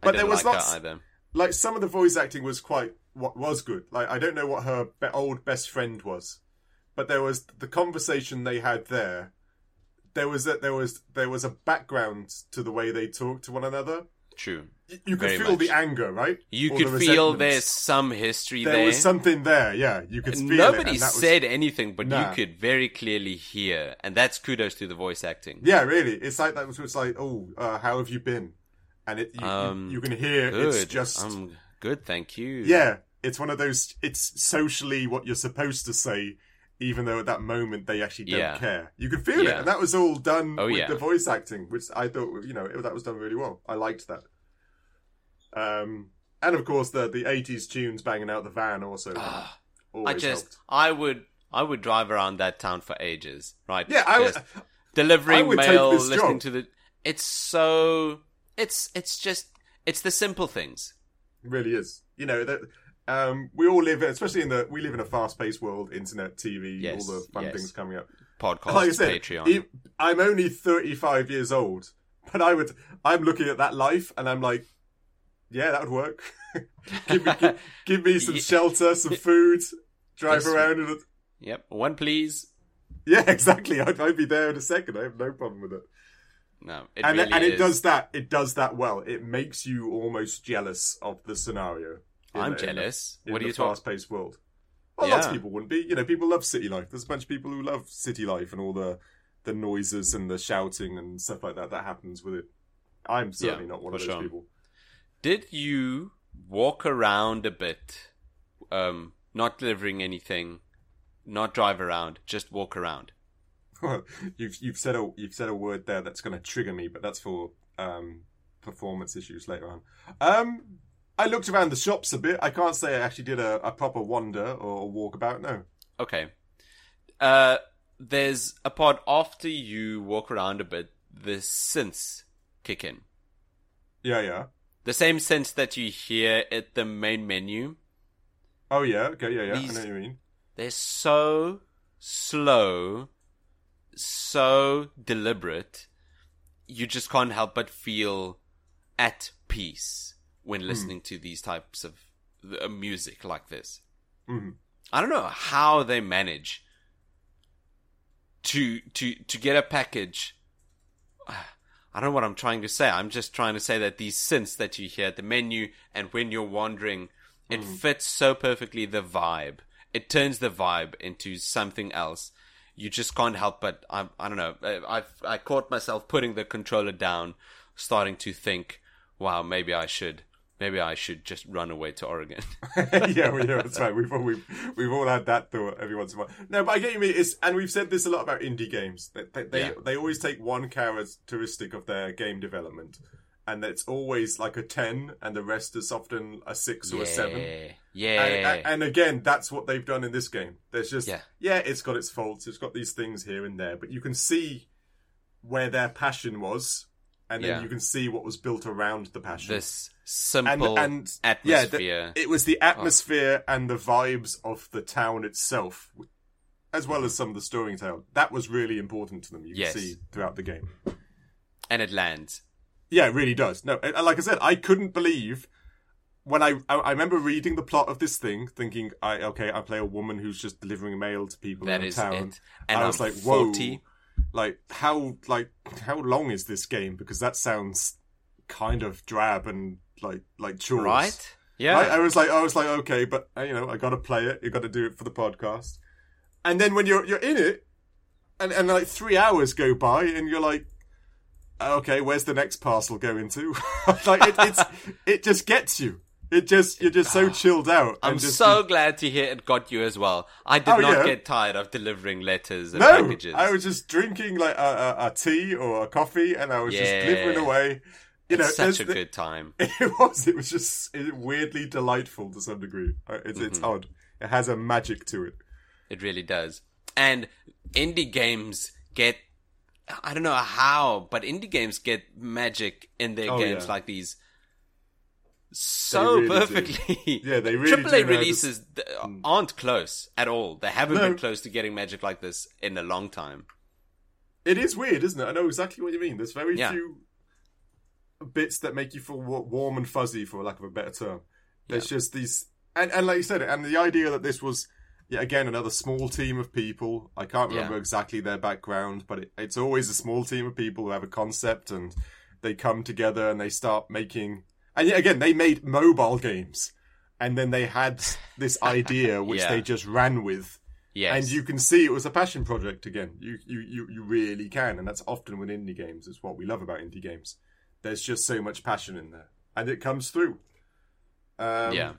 But didn't there was like lots- her either. like some of the voice acting was quite what was good. Like I don't know what her be- old best friend was, but there was the conversation they had there. There was that there was there was a background to the way they talked to one another. True. Y- You could Very feel the much. anger, right? You Or the could feel resentment. there's some history there, there. was something there. Yeah, you could feel it. Nobody and that was- said anything, but Nah. you could very clearly hear, and that's kudos to the voice acting. Yeah, really. It's like that was it's like, oh, uh, how have you been? And it you, Um, you, you can hear good. it's just I'm good, thank you. Yeah, it's one of those. It's socially what you're supposed to say, even though at that moment they actually don't Yeah. care. You could feel it, Yeah. and that was all done Oh, with yeah. the voice acting, which I thought you know it, that was done really well. I liked that. Um, and of course the the '80s tunes banging out the van also Ah, I always just, helped. I would, I would drive around that town for ages, right? Yeah, I Just delivering I would take mail, this listening job. to the. It's so. It's it's just it's the simple things. really is. You know that. Um, we all live, especially in the we live in a fast-paced world, internet, TV, Yes, all the fun yes. things coming up. Podcast, like I said, Patreon. e- I'm only 35 years old, but I would. I'm looking at that life, and I'm like, yeah, that would work. (laughs) give me, give, give me some Ye- shelter, (laughs) some food, drive Yes. around. And, (laughs) yep, one please. yeah, (laughs) exactly. I'd, I'd be there in a second. I have no problem with it. No, it and really and is. it does that. It does that well. It makes you almost jealous of the scenario. in I'm the- in the- jealous. in what are the you talking? fast-paced world. Well, lots of Yeah. people wouldn't be. You know, people love city life. There's a bunch of people who love city life and all the the noises and the shouting and stuff like that that happens with it. I'm certainly not one of for those sure. people. Did you walk around a bit, um, not delivering anything, not drive around, just walk around? you've you've said a you've said a word there that's going to trigger me, but that's for um, performance issues later on. Um, I looked around the shops a bit. I can't say I actually did a, a proper wander or a walkabout. No, Okay. Uh, there's a part after you walk around a bit. The synths kick in. yeah, yeah. The same sense that you hear at the main menu. Oh yeah, okay, yeah, yeah. These- I know what you mean. They're so slow, so deliberate. You just can't help but feel at peace when listening to these types of uh, music like this. hmm I don't know how they manage to to to get a package. (sighs) I don't know what I'm trying to say. I'm just trying to say that these synths that you hear at the menu and when you're wandering, it Mm-hmm. fits so perfectly the vibe. It turns the vibe into something else. You just can't help but I, I don't know. I, I've I caught myself putting the controller down, starting to think, "Wow, maybe I should, maybe I should just run away to Oregon." (laughs) (laughs) yeah, well, yeah, that's right. We've all we've, we've all had that thought every once in a while. No, but I get you mean. It's and we've said this a lot about indie games. They they they, Yeah. they always take one characteristic of their game development, and it's always like a ten, and the rest is often a six or a seven. Yeah. Yeah. And, and- and again, that's what they've done in this game. There's just yeah. Yeah. it's got its faults. It's got these things here and there, but you can see where their passion was, and then Yeah. you can see what was built around the passion. this simple and- yeah, the- atmosphere. It was the atmosphere and the vibes of the town itself, as well as some of the storytelling. That was really important to them. You Yes. can see throughout the game. and it lands. Yeah, it really does. No, and- and like I said, I couldn't believe when I I, I remember reading the plot of this thing, thinking, I okay, I play a woman who's just delivering mail to people That in a is town. it. And I was I'm like, whoa, 40. like how like how long is this game? Because that sounds kind of drab and like like chores. Right? Yeah. Right? I was like, I was like, okay, but uh, you know, I got to play it. You got to do it for the podcast. And then when you're you're in it, and and like three hours go by, and you're like, okay, where's the next parcel going to? (laughs) like it, (laughs) it's it just gets you. It just you're just so chilled out. Ah, I'm and just, so glad to hear it got you as well. I did Oh, not yeah. get tired of delivering letters and no. packages. I was just drinking like a, a, a tea or a coffee, and I was just Yeah. delivering away. You know, it's such there's a the- good time. (laughs) It was. It was just weirdly delightful to some degree. Uh, It's, it's Mm-hmm. odd. It has a magic to it. It really does. And indie games get I don't know how, but indie games get magic in their Oh, games yeah. like these so really do. perfectly. (laughs) Yeah, they really do AAA know this- releases th- aren't close at all. They haven't No. been close to getting magic like this in a long time. It is weird, isn't it? I know exactly what you mean. There's very Yeah. few bits that make you feel wa- warm and fuzzy, for lack of a better term. There's just these, and, and like you said, and the idea that this was yet again another small team of people. I can't Yeah. remember exactly their background, but it, it's always a small team of people who have a concept and they come together and they start making. And yet again, they made mobile games, and then they (laughs) had this idea which Yeah. they just ran with Yes. and you can see it was a passion project again. You, you you you really can, and that's often with indie games. It's what we love about indie games. There's just so much passion in there, and it comes through. Um, yeah.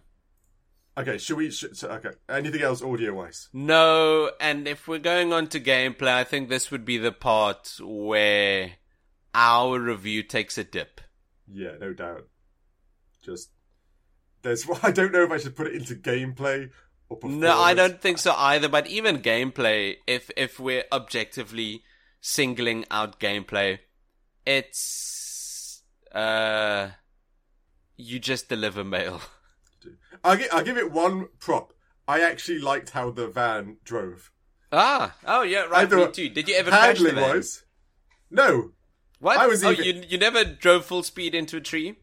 Okay. Should we? Should, so- okay. Anything else audio wise? No, and if we're going on to gameplay, I think this would be the part where our review takes a dip. Yeah, no doubt. Just there's. (laughs) I don't know if I should put it into gameplay or. No, I performance. don't think so either. But even gameplay, if if we're objectively singling out gameplay, it's uh, you just deliver mail. (laughs) I'll, gi- I'll give it one prop. I actually liked how the van drove. Ah, oh yeah, right. Either Me too. Did you ever crash the Handling van? wise, no, What? I was oh, even- you you never drove full speed into a tree.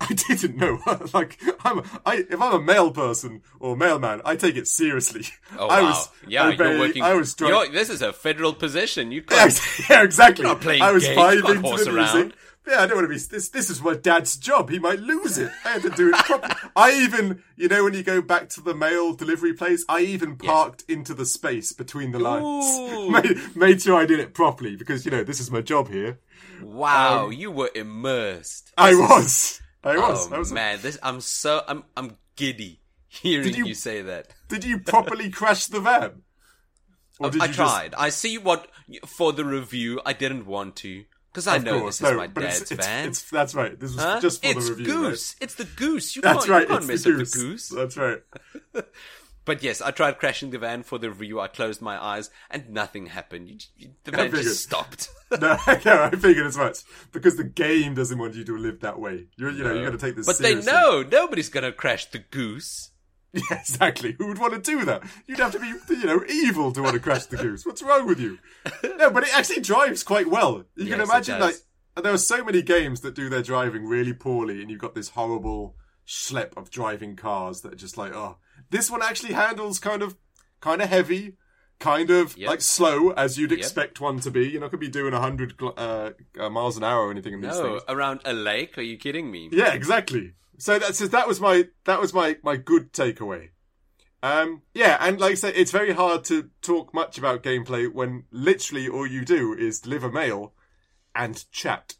I didn't know. (laughs) like I'm, I if I'm a mail person or mailman, I take it seriously. Oh I wow! was, yeah, I you're barely- working. I was you're- drunk. This is a federal position. You (laughs) Yeah, can't ex- yeah, exactly. not playing I was games, vibing you can't to horse the around. music. Yeah, I don't want to be. This this is my dad's job. He might lose it. I had to do it properly. I even, you know, when you go back to the mail delivery place, I even parked into the space between the Ooh. lines. (laughs) made, made sure I did it properly because you know this is my job here. Wow, you were immersed. I This is- was. Um, I was. Oh I was a man, this I'm so I'm I'm giddy (laughs) hearing you- you, say that. Did you (laughs) properly crash the van? Or I you just- tried. I see what for the review. I didn't want to because I Of know course, this is no, my but dad's it's, it's, van. It's, that's right. This was Huh? just for it's the review. right? goose. It's the goose. You That's can't, right. you can't it's mess the up goose. the goose. That's (laughs) right. But yes, I tried crashing the van for the review. I closed my eyes and nothing happened. You, you- the van figured. just stopped. (laughs) No, yeah, I figured as much because the game doesn't want you to live that way. You're, you know, you got to take this. but seriously. they know nobody's gonna crash the goose. (laughs) Yeah, exactly. Who would want to do that? You'd have to be, you know, evil to want to (laughs) crash the goose. What's wrong with you? No, but it actually drives quite well. You can Yes, it imagine, like, does. there are so many games that do their driving really poorly, and you've got this horrible schlep of driving cars that are just like, oh, this one actually handles kind of, kind of heavy, kind of Yep. like slow as you'd Yep. expect one to be. You're not going to be doing hundred uh, uh, miles an hour or anything in these things. No, around a lake. Are you kidding me? Yeah, exactly. So that's that was my that was my my good takeaway. Um, yeah, and like I said, it's very hard to talk much about gameplay when literally all you do is deliver mail and chat.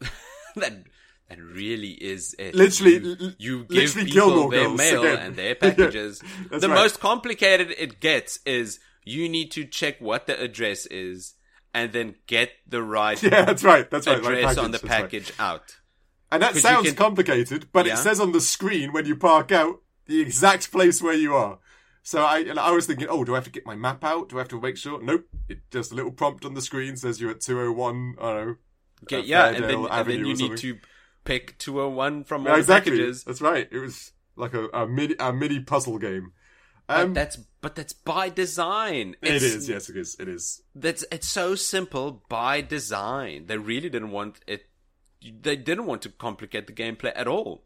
that that really is it. Literally, you, l- you give literally people Gilmore their Girls mail again. (laughs) and their packages. that's the right. most complicated it gets is you need to check what the address is and then get the (laughs) (laughs) right Yeah, that's right. That's right. address like on the that's right. package out. And that 'Cause you sounds can- complicated, but Yeah. it says on the screen when you park out the exact place where you are. So I, and I was thinking, oh, do I have to get my map out? Do I have to make sure? Nope. It just a little prompt on the screen says you're at 201. I don't know. Get, uh, yeah, and then, Fairdale and then Avenue you or need something. to pick 201 from all Yeah, the exactly. packages. That's right. It was like a, a mini a mini puzzle game. But Um, that's but that's by design. it It's, is. Yes, it is. It is. That's it's so simple by design. They really didn't want it. They didn't want to complicate the gameplay at all.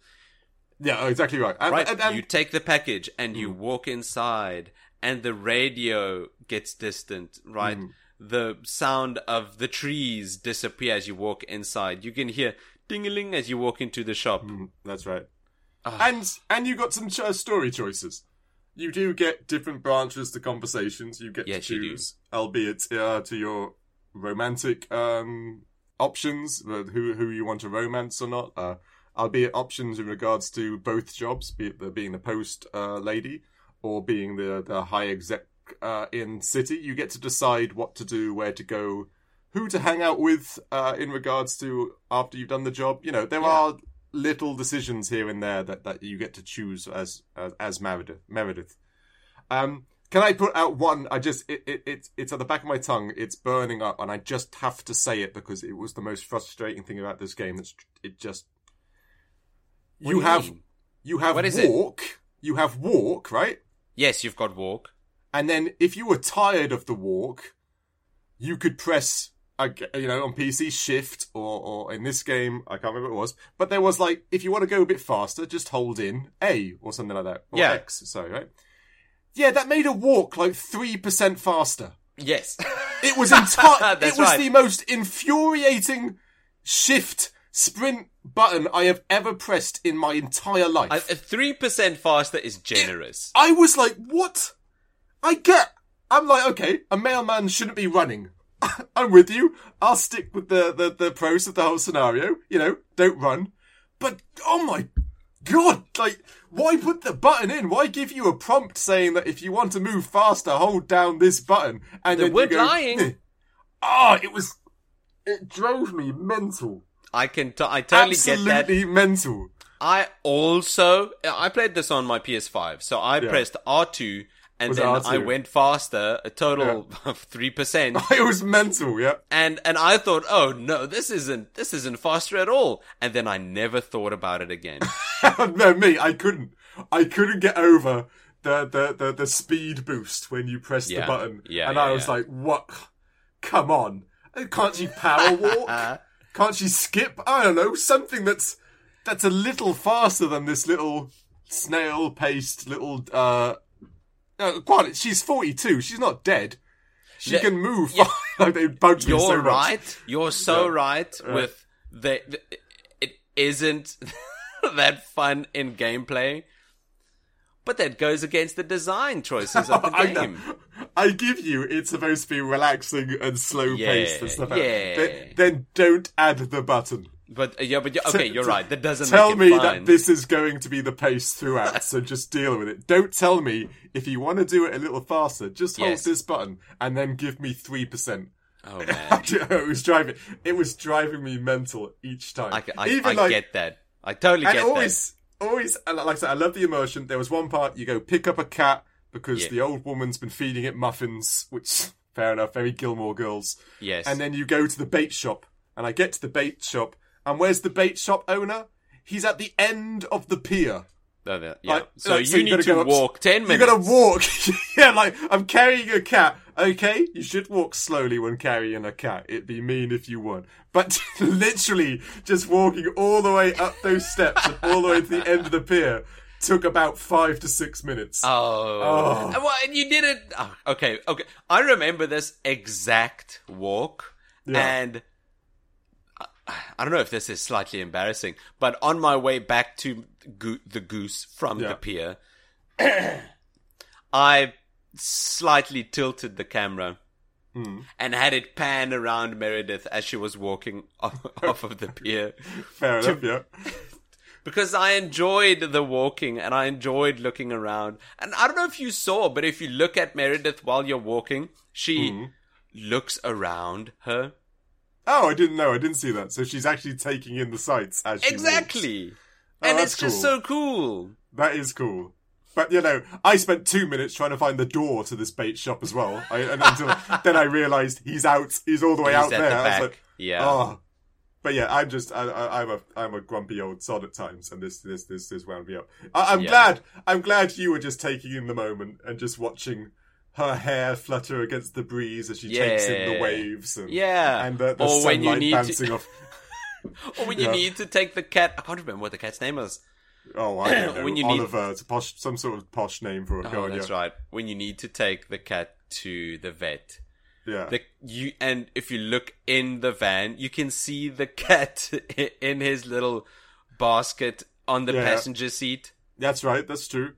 Yeah, oh, exactly right. And, Right, and- and- Mm. you take the package and you walk inside, and the radio gets distant. Right, Mm. the sound of the trees disappear as you walk inside. You can hear ding-a-ling as you walk into the shop. Ah, Mm, That's right. And and you got some cho- story choices. You do get different branches to conversations. You get to Yes, you do. choose, albeit uh, to your romantic um, options, uh, who who you want to romance or not. Uh, albeit options in regards to both jobs, be it the, being the post uh, lady or being the the high exec uh, in city. You get to decide what to do, where to go, who to hang out with uh, in regards to after you've done the job. You know, there are little decisions here and there that, that you get to choose as as, as Meredith. Meredith. Um, Can I put out one? I just it, it it's it's at the back of my tongue. It's burning up, and I just have to say it because it was the most frustrating thing about this game. That's it. Just What you, do have mean? you have What is it? walk. You have walk, right? Yes, you've got walk. And then if you were tired of the walk, you could press, I g- you know, on PC shift or, or in this game, I can't remember what it was, but there was like, if you want to go a bit faster, just hold in A or something like that. Or Yeah. X, sorry, right? Yeah, that made a walk like 3% faster. Yes. It was entire, it (laughs) That's was right. the most infuriating shift sprint button I have ever pressed in my entire life. Three percent faster is generous. I was like, what? I get. I'm like, okay, a mailman shouldn't be running. (laughs) I'm with you. I'll stick with the, the, the pros of the whole scenario. You know, don't run. But, oh my god, like, why put the button in? Why give you a prompt saying that if you want to move faster, hold down this button? And They then you were go, (laughs) lying. Ah, it was. It drove me mental. I can. T- I totally get that. Absolutely mental. (laughs) I also. I played this on my PS5, so I Yeah. pressed R two, and Was it then R2? I went faster, a total (laughs) of three percent. It was mental, yeah. And and I thought, oh no, this isn't this isn't faster at all. And then I never thought about it again. (laughs) no, me, I couldn't. I couldn't get over the the the, the speed boost when you pressed the Yeah. button, Yeah, and yeah, I was yeah. like, "What? Come on! Can't she power (laughs) walk? Can't she skip? I don't know something that's that's a little faster than this little snail paced little." uh no, quite. She's forty-two. She's not dead. She Yeah. can move. (laughs) like they bugged me You're so much. right. You're so Yeah. right with the, the it isn't (laughs) that fun in gameplay. But that goes against the design choices of the (laughs) I know. game. I give you, it's supposed to be relaxing and slow paced and Yeah, stuff. like yeah. that. Then, then don't add the button. But uh, yeah, but you- okay, you're t- right. That doesn't Tell make me it fun. that this is going to be the pace (laughs) throughout, so just deal with it. Don't tell me if you want to do it a little faster, just hold Yes. this button and then give me 3%. Oh man, (laughs) it was driving it was driving me mental each time. I, (laughs) I, I get that. I totally and get always, always, and like I said, I love the immersion. There was one part you go pick up a cat because Yeah. the old woman's been feeding it muffins, which (laughs) fair enough, very Gilmore Girls. that. Yes, And then you go to the bait shop, and I get to the bait shop, and where's the bait shop owner? He's at the end of the pier. No, no, Oh, yeah. like- so like, so you you need gotta to go up- walk ten You minutes. gotta walk. (laughs) yeah, like I'm carrying a cat. Okay, you should walk slowly when carrying a cat. It'd be mean if you would. But (laughs) literally, just walking all the way up those steps and all the way to the end of the pier took about five to six minutes. Uh, Oh. Well, and you did it. oh, okay, okay. I remember this exact walk. Yeah. And I- I don't know if this is slightly embarrassing, but on my way back to go- the goose from Yeah. the pier, (clears throat) I slightly tilted the camera Hmm. and had it pan around Meredith as she was walking (laughs) off, off of the pier Fair enough. Yeah. because I enjoyed the walking and I enjoyed looking around. And I don't know if you saw, but if you look at Meredith while you're walking, she Hmm. looks around her. Oh, I didn't know. I didn't see that. So she's actually taking in the sights as she walks. Exactly. Oh, and that's it's just cool. so cool. That is cool. But you know, I spent two minutes trying to find the door to this bait shop as well, I, and (laughs) until then I realised he's out. He's all the way He's out at there. the I back. was like, yeah. oh. But yeah, I'm just I, I, I'm a I'm a grumpy old sod at times, and this this this this wound me up. I, I'm Yeah. glad I'm glad you were just taking in the moment and just watching her hair flutter against the breeze as she takes in the Yeah. waves and Yeah. and the, the Or when sunlight you need to- bouncing off. or when you yeah. need to take the cat. I can't remember what the cat's name was. Oh, I (coughs) don't know. When you need- Oliver, it's a posh, some sort of posh name for a Oh, girl. that's yeah. right. When you need to take the cat to the vet. yeah. The, you and if you look in the van, you can see the cat (laughs) in his little basket on the Yeah. passenger seat. That's right. That's true.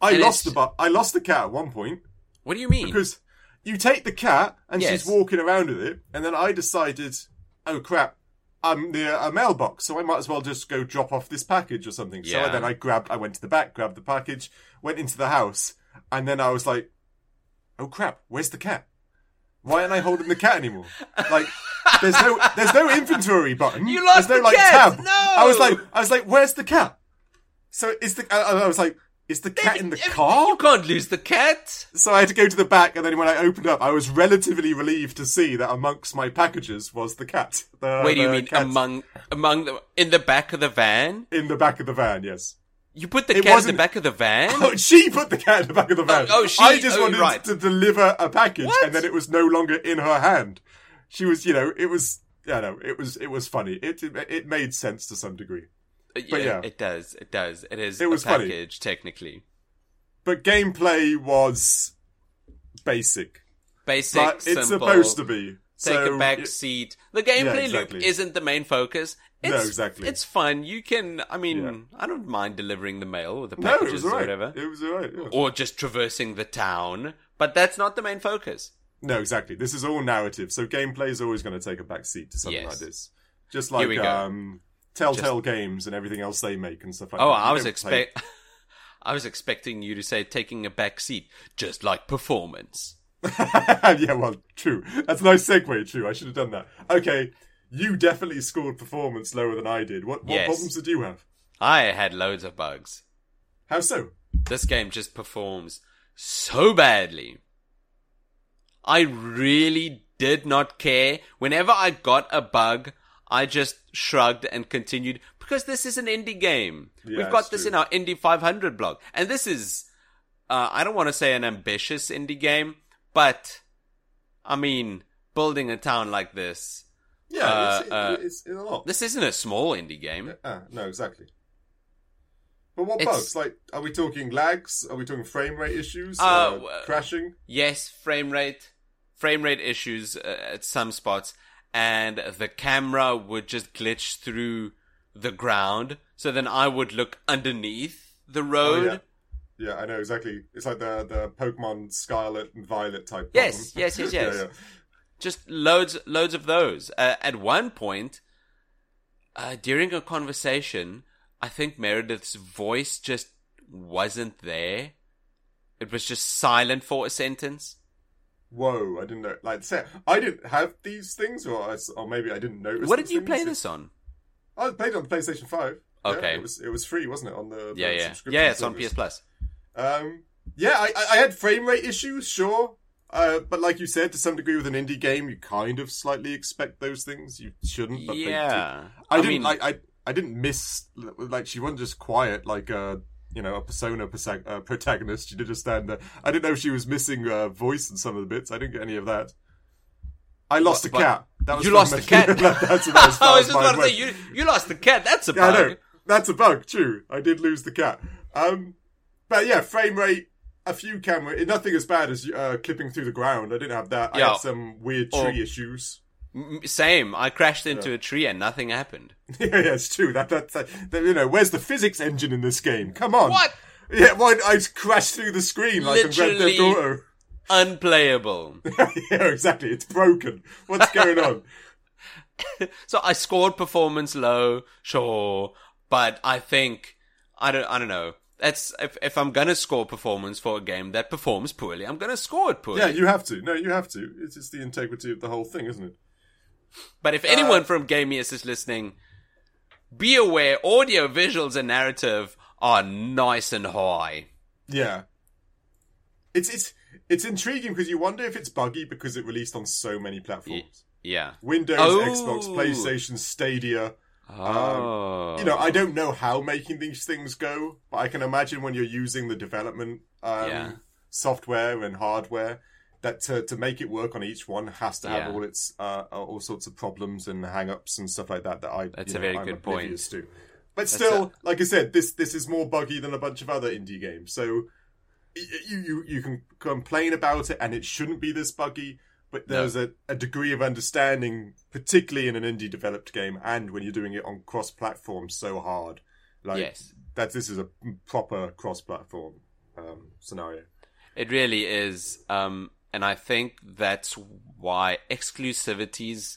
I And lost the it's- but I lost the cat at one point What do you mean? because you take the cat and Yes. she's walking around with it, and then I decided, oh crap, I'm near a mailbox, so I might as well just go drop off this package or something. Yeah. So then I grabbed, I went to the back, grabbed the package, went into the house, and then I was like, oh crap, where's the cat? Why aren't I holding the cat anymore? Like, there's no, there's no inventory button. You lost there's no like the cat! tab. No! I was like, I was like, where's the cat? So is the? I, I was like, Is the cat in the Everything- car? You can't lose the cat. So I had to go to the back, and then when I opened up, I was relatively relieved to see that amongst my packages was the cat. The, Wait, do you the mean cat among among the in the back of the van? in the back of the van? Yes. (laughs) You put the It cat in the wasn't- back of the van? (laughs) Oh, she put the cat in the back of the van. Oh, oh, she- I just oh, wanted right. to deliver a package, What? and then it was no longer in her hand. She was, you know, it was. I know it was. It was funny. It it made sense to some degree. yeah, yeah. it does. It does. It is It was a funny. package technically. But gameplay was basic, Basic, but it's simple. supposed to be. Take so a back seat. The gameplay exactly. loop isn't the main focus. No, It's, exactly. It's fun. You can. I mean, I don't mind delivering the mail or the No, it was packages all or right. whatever, It was all right. yeah. or just traversing the town. But that's not the main focus. No, exactly. This is all narrative, so gameplay is always going to take a back seat to something Yes. like this. Just Here we like go. um, Telltale games and everything else they make and stuff like Oh, that. I You was don't play- (laughs) expect. (laughs) I was expecting you to say taking a back seat, just like performance. yeah, well, true. That's a nice segue. True, I should have done that. Okay, you definitely scored performance lower than I did. What what Yes. problems did you have? I had loads of bugs. How so? This game just performs so badly. I really did not care. Whenever I got a bug, I just shrugged and continued because this is an indie game. Yeah, We've got it's this true. in our Indie 500 blog. And this is, uh, I don't want to say an ambitious indie game, but I mean, building a town like this, Yeah, Uh, it's, uh, it, it's, it's a lot. this isn't a small indie game. Ah, no, exactly. But what It's- bugs? Like, are we talking lags? Are we talking frame rate issues? Uh, Uh, w- crashing? yes, frame rate, frame rate issues uh, at some spots, and the camera would just glitch through the ground. So then I would look underneath the road. Oh, yeah. Yeah, I know exactly. It's like the the Pokemon Scarlet and Violet type. Yes, problem. yes, (laughs) yes, Yeah, yes. yeah. Just loads, loads of those. Uh, at one point, uh, during a conversation, I think Meredith's voice just wasn't there. It was just silent for a sentence. Whoa, I didn't know. Like, say, I didn't have these things, or I s or maybe I didn't notice. what these did you play things. this on? I played it on PlayStation Five. Yeah, Okay. it was it was free, wasn't it? On the Yeah, the yeah, subscription yeah. It's on PS service. Plus. Um, yeah, I I- I had frame rate issues, sure. Uh, but like you said, to some degree, with an indie game, you kind of slightly expect those things. You shouldn't, (laughs) but they do. Yeah, I, didn't like I I didn't miss like she wasn't just quiet like uh you know a persona persa- uh, protagonist. She did just stand there. I didn't know she was missing uh, voice in some of the bits. I didn't get any of that. I lost What- a but- cat. That was you from lost my- the cat. (laughs) that's (laughs) about as far I was as just mine about to went. say you, you lost the cat. That's a Yeah, I bug. know. That's a bug, true. I did lose the cat. Um, but yeah, frame rate, a few camera, nothing as bad as uh, clipping through the ground. I didn't have that. I Yeah. had some weird tree Or- issues. M- Same. I crashed into a tree and nothing happened. (laughs) yeah, yeah, it's true. That, that, that, that- you know, where's the physics engine in this game? Come on. What? Yeah, why I just crashed through the screen like in Grand Theft Literally. Auto. (laughs) Unplayable. yeah, exactly. It's broken. What's going on? so I scored performance low, sure, but I think I don't. I don't know. That's if if I'm gonna score performance for a game that performs poorly, I'm gonna score it poorly. Yeah, you have to. No, you have to. It's just the integrity of the whole thing, isn't it? But if uh, anyone from Gamius is listening, be aware audio, visuals, and narrative are nice and high. Yeah. It's it's it's intriguing because you wonder if it's buggy because it released on so many platforms. Yeah. Windows, Oh. Xbox, PlayStation, Stadia. Oh. Um, You know, I don't know how making these things go, but I can imagine when you're using the development um, Yeah. software and hardware that to, to make it work on each one has to have Yeah. all its uh, all sorts of problems and hang-ups and stuff like that that I That's you a know, very I'm good point. oblivious to. But still, like I said, this this is more buggy than a bunch of other indie games. So y- you you you can complain about it, and it shouldn't be this buggy. But No. there's a, a degree of understanding, particularly in an indie developed game, and when you're doing it on cross platform so hard, like Oh. yes. that. This is a proper cross platform um, scenario. It really is. Um, and I think that's why exclusivities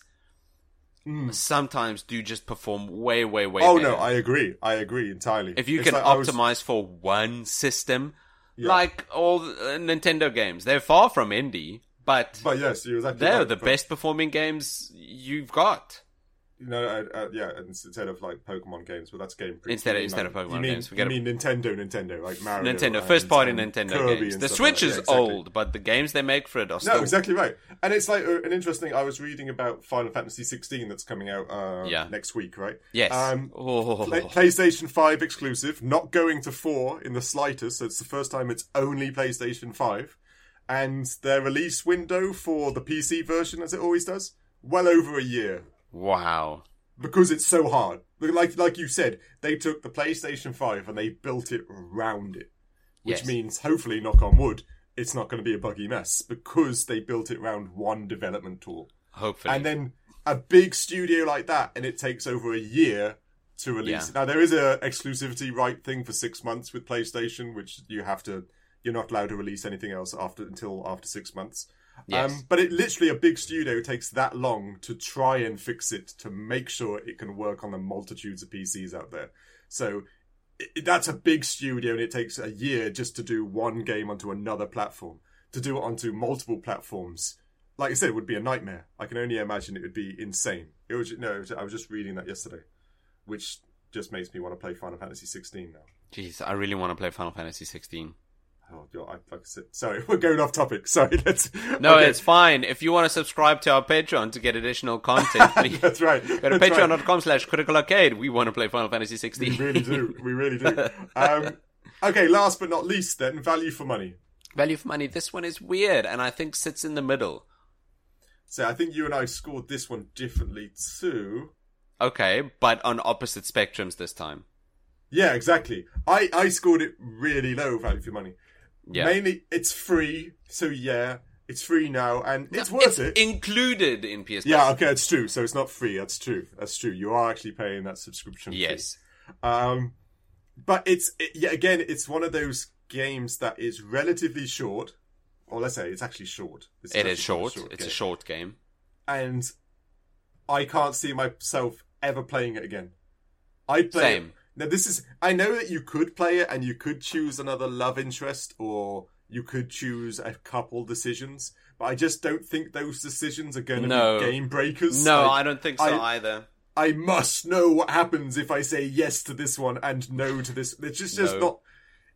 Mm. sometimes do just perform way, way, way Oh better. no, I agree. I agree entirely. if you It's can like I was- optimize for one system, Yeah. like all the, uh, Nintendo games, they're far from indie, but but yes, you're exactly they're right. the But- best performing games you've got. You know, uh, uh, yeah, instead of like Pokemon games, but that's game. Pre- Instead you of- mean, instead like- of Pokemon you mean, games, we gotta- you mean Nintendo, Nintendo, like Mario, Nintendo, and- first party and Nintendo Kirby games. and The stuff like Switch that. is Yeah, exactly. old, but the games they make for it are still No, exactly right. And it's like uh, an interesting. I was reading about Final Fantasy 16 that's coming out uh, Yeah. next week, right? yes. Um, oh, Play- PlayStation 5 exclusive, not going to 4 in the slightest. So it's the first time it's only PlayStation 5. And their release window for the PC version, as it always does, well over a year wow. because it's so hard. Like like you said, they took the PlayStation 5 and they built it around it, which Yes. means hopefully, knock on wood, it's not going to be a buggy mess because they built it around one development tool. Hopefully, And then a big studio like that, and it takes over a year to release Yeah. it. Now there is a exclusivity right thing for six months with PlayStation, which you have to. You're not allowed to release anything else after until after six months. yes. Um, but it literally a big studio takes that long to try and fix it to make sure it can work on the multitudes of PCs out there. So i that's a big studio, and it takes a year just to do one game onto another platform. To do it onto multiple platforms, like I said, would be a nightmare. I can only imagine it would be insane. It was no, it was- I was just reading that yesterday, which just makes me want to play Final Fantasy 16 now. Jeez, I really want to play Final Fantasy 16. Oh, God, I, like I said, sorry, (laughs) we're going off topic. Sorry, let's. (laughs) No, okay. it's fine. If you want to subscribe to our Patreon to get additional content, (laughs) (laughs) please that's right. go to that's right. patreon.com slash critical arcade. We want to play Final (laughs) Fantasy We 16. really do. We really do. Um, okay, last but not least, then value for money. (laughs) Value for money. This one is weird and I think sits in the middle. So I think you and I scored this one differently too. Okay, but on opposite spectrums this time. Yeah, exactly. I I scored it really low value for money. Yeah. Mainly, it's free, so yeah, it's free now, and it's worth it's it. included in PS yeah, okay, it's true. So it's not free. That's true. That's true. You are actually paying that subscription. fee. Yes. Um, but it's it, yeah, again, it's one of those games that is relatively short, or let's say it's actually short. It's It actually is short. quite It's a game. short game. and I can't see myself ever playing it again. I play Same. It. Now this is I know that you could play it and you could choose another love interest or you could choose a couple decisions, but I just don't think those decisions are going to No. be game breakers. No, I, I don't think so I- either. I must know what happens if I say yes to this one and no to this. It's just just No. not,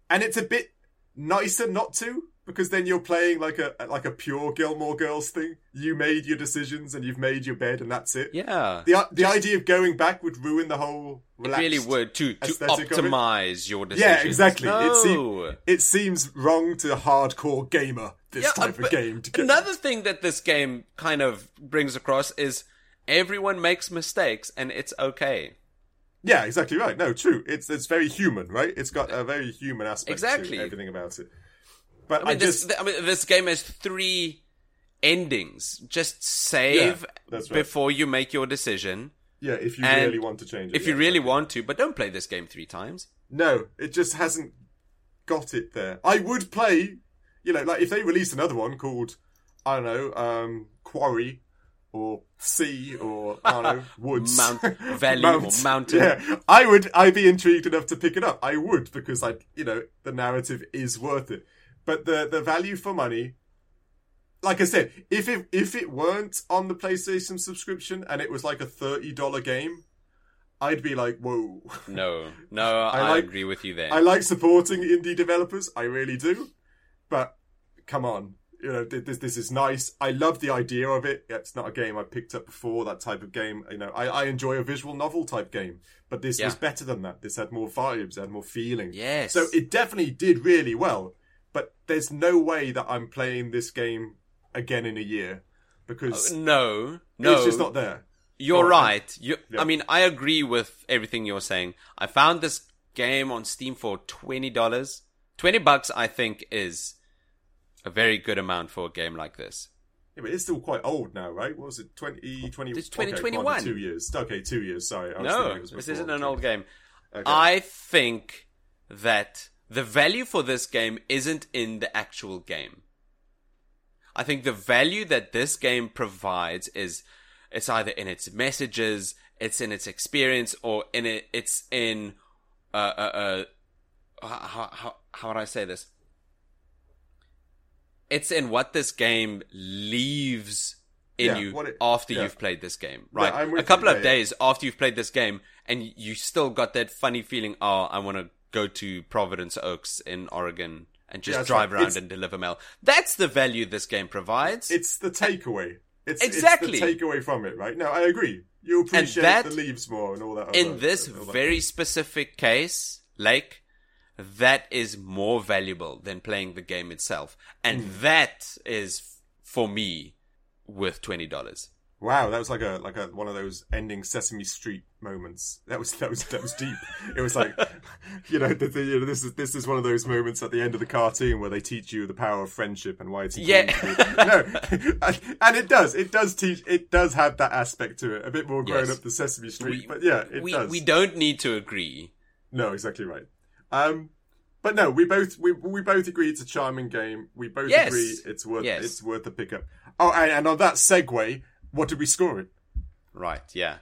and it's a bit nicer not to because then you're playing like a like a pure Gilmore Girls thing. You made your decisions and you've made your bed and that's it. Yeah. The the idea of going back would ruin the whole. Relaxed. really would to to aesthetic of it. optimize your Yeah, decisions. exactly. No. It seems it seems wrong to a hardcore gamer this Yeah, type but of game to get. Another thing that this game kind of brings across is everyone makes mistakes and it's okay. Yeah, exactly right. No, true. It's it's very human, right? It's got a very human aspect Exactly. to everything about it. But I, I mean, just this, I mean, this game has three endings. Just save Yeah, that's right. before you make your decision Yeah, if you And really want to change it. if you yeah. really want to, but don't play this game three times. No, it just hasn't got it there. I would play, you know, like if they released another one called, I don't know, um, Quarry or Sea or, I don't (laughs) know, Woods. (laughs) Mount- Valley or Mountain. Yeah, I would, I'd be intrigued enough to pick it up. I would because I, you know, the narrative is worth it. But the, the value for money, like I said, if it if it weren't on the PlayStation subscription and it was like a thirty dollar game, I'd be like, whoa. No, no, I, like- agree with you there. I like supporting indie developers, I really do, but come on, you know th- this this is nice. I love the idea of it. It's not a game I picked up before that type of game. You know, I, I enjoy a visual novel type game, but this was Yeah. better than that. This had more vibes, had more feeling. yes. So it definitely did really well, but there's no way that I'm playing this game again in a year because no, Oh, no, it's just not there. You're Oh, right. You, yeah. I mean, I agree with everything you're saying. I found this game on Steam for twenty dollars. Twenty bucks, I think, is a very good amount for a game like this. Yeah, but it's still quite old now, right? What was it, 20, 20, It's okay, gone to 2021. two years. Okay, two years, sorry. I was no, thinking it was this before. isn't an Okay. old game. Okay. I think that the value for this game isn't in the actual game. I think the value that this game provides is it's either in its messages, it's in its experience, or in it, it's in uh, uh, uh, how, how, how would I say this? It's in what this game leaves in Yeah, you what it- after yeah. you've played this game, right? I'm a with couple you, of yeah, yeah. days after you've played this game, and you still got that funny feeling. Oh, I want to go to Providence Oaks in Oregon and just Yeah, it's drive like- around it's- and deliver mail. That's the value this game provides. It's the takeaway. It's, Exactly. it's the takeaway from it, right? No, I agree. You appreciate that- the leaves more and all that. in other- this all that. very specific case, Lake, that is more valuable than playing the game itself. And Mm. that is, for me, worth $20. Wow, that was like a like a one of those ending Sesame Street moments. That was that was that was deep. It was like, (laughs) you know, the, the, you know, this is this is one of those moments at the end of the cartoon where they teach you the power of friendship and why it's important. Yeah. to be- no, (laughs) and it does. It does teach. It does have that aspect to it, a bit more grown Yes. up than Sesame Street. We, but yeah, it we, does. we don't need to agree. No, exactly right. Um, but no, we both we we both agree it's a charming game. We both Yes. agree it's worth Yes. it's worth the pickup. Oh, and, and on that segue, what did we score it? Right, yeah.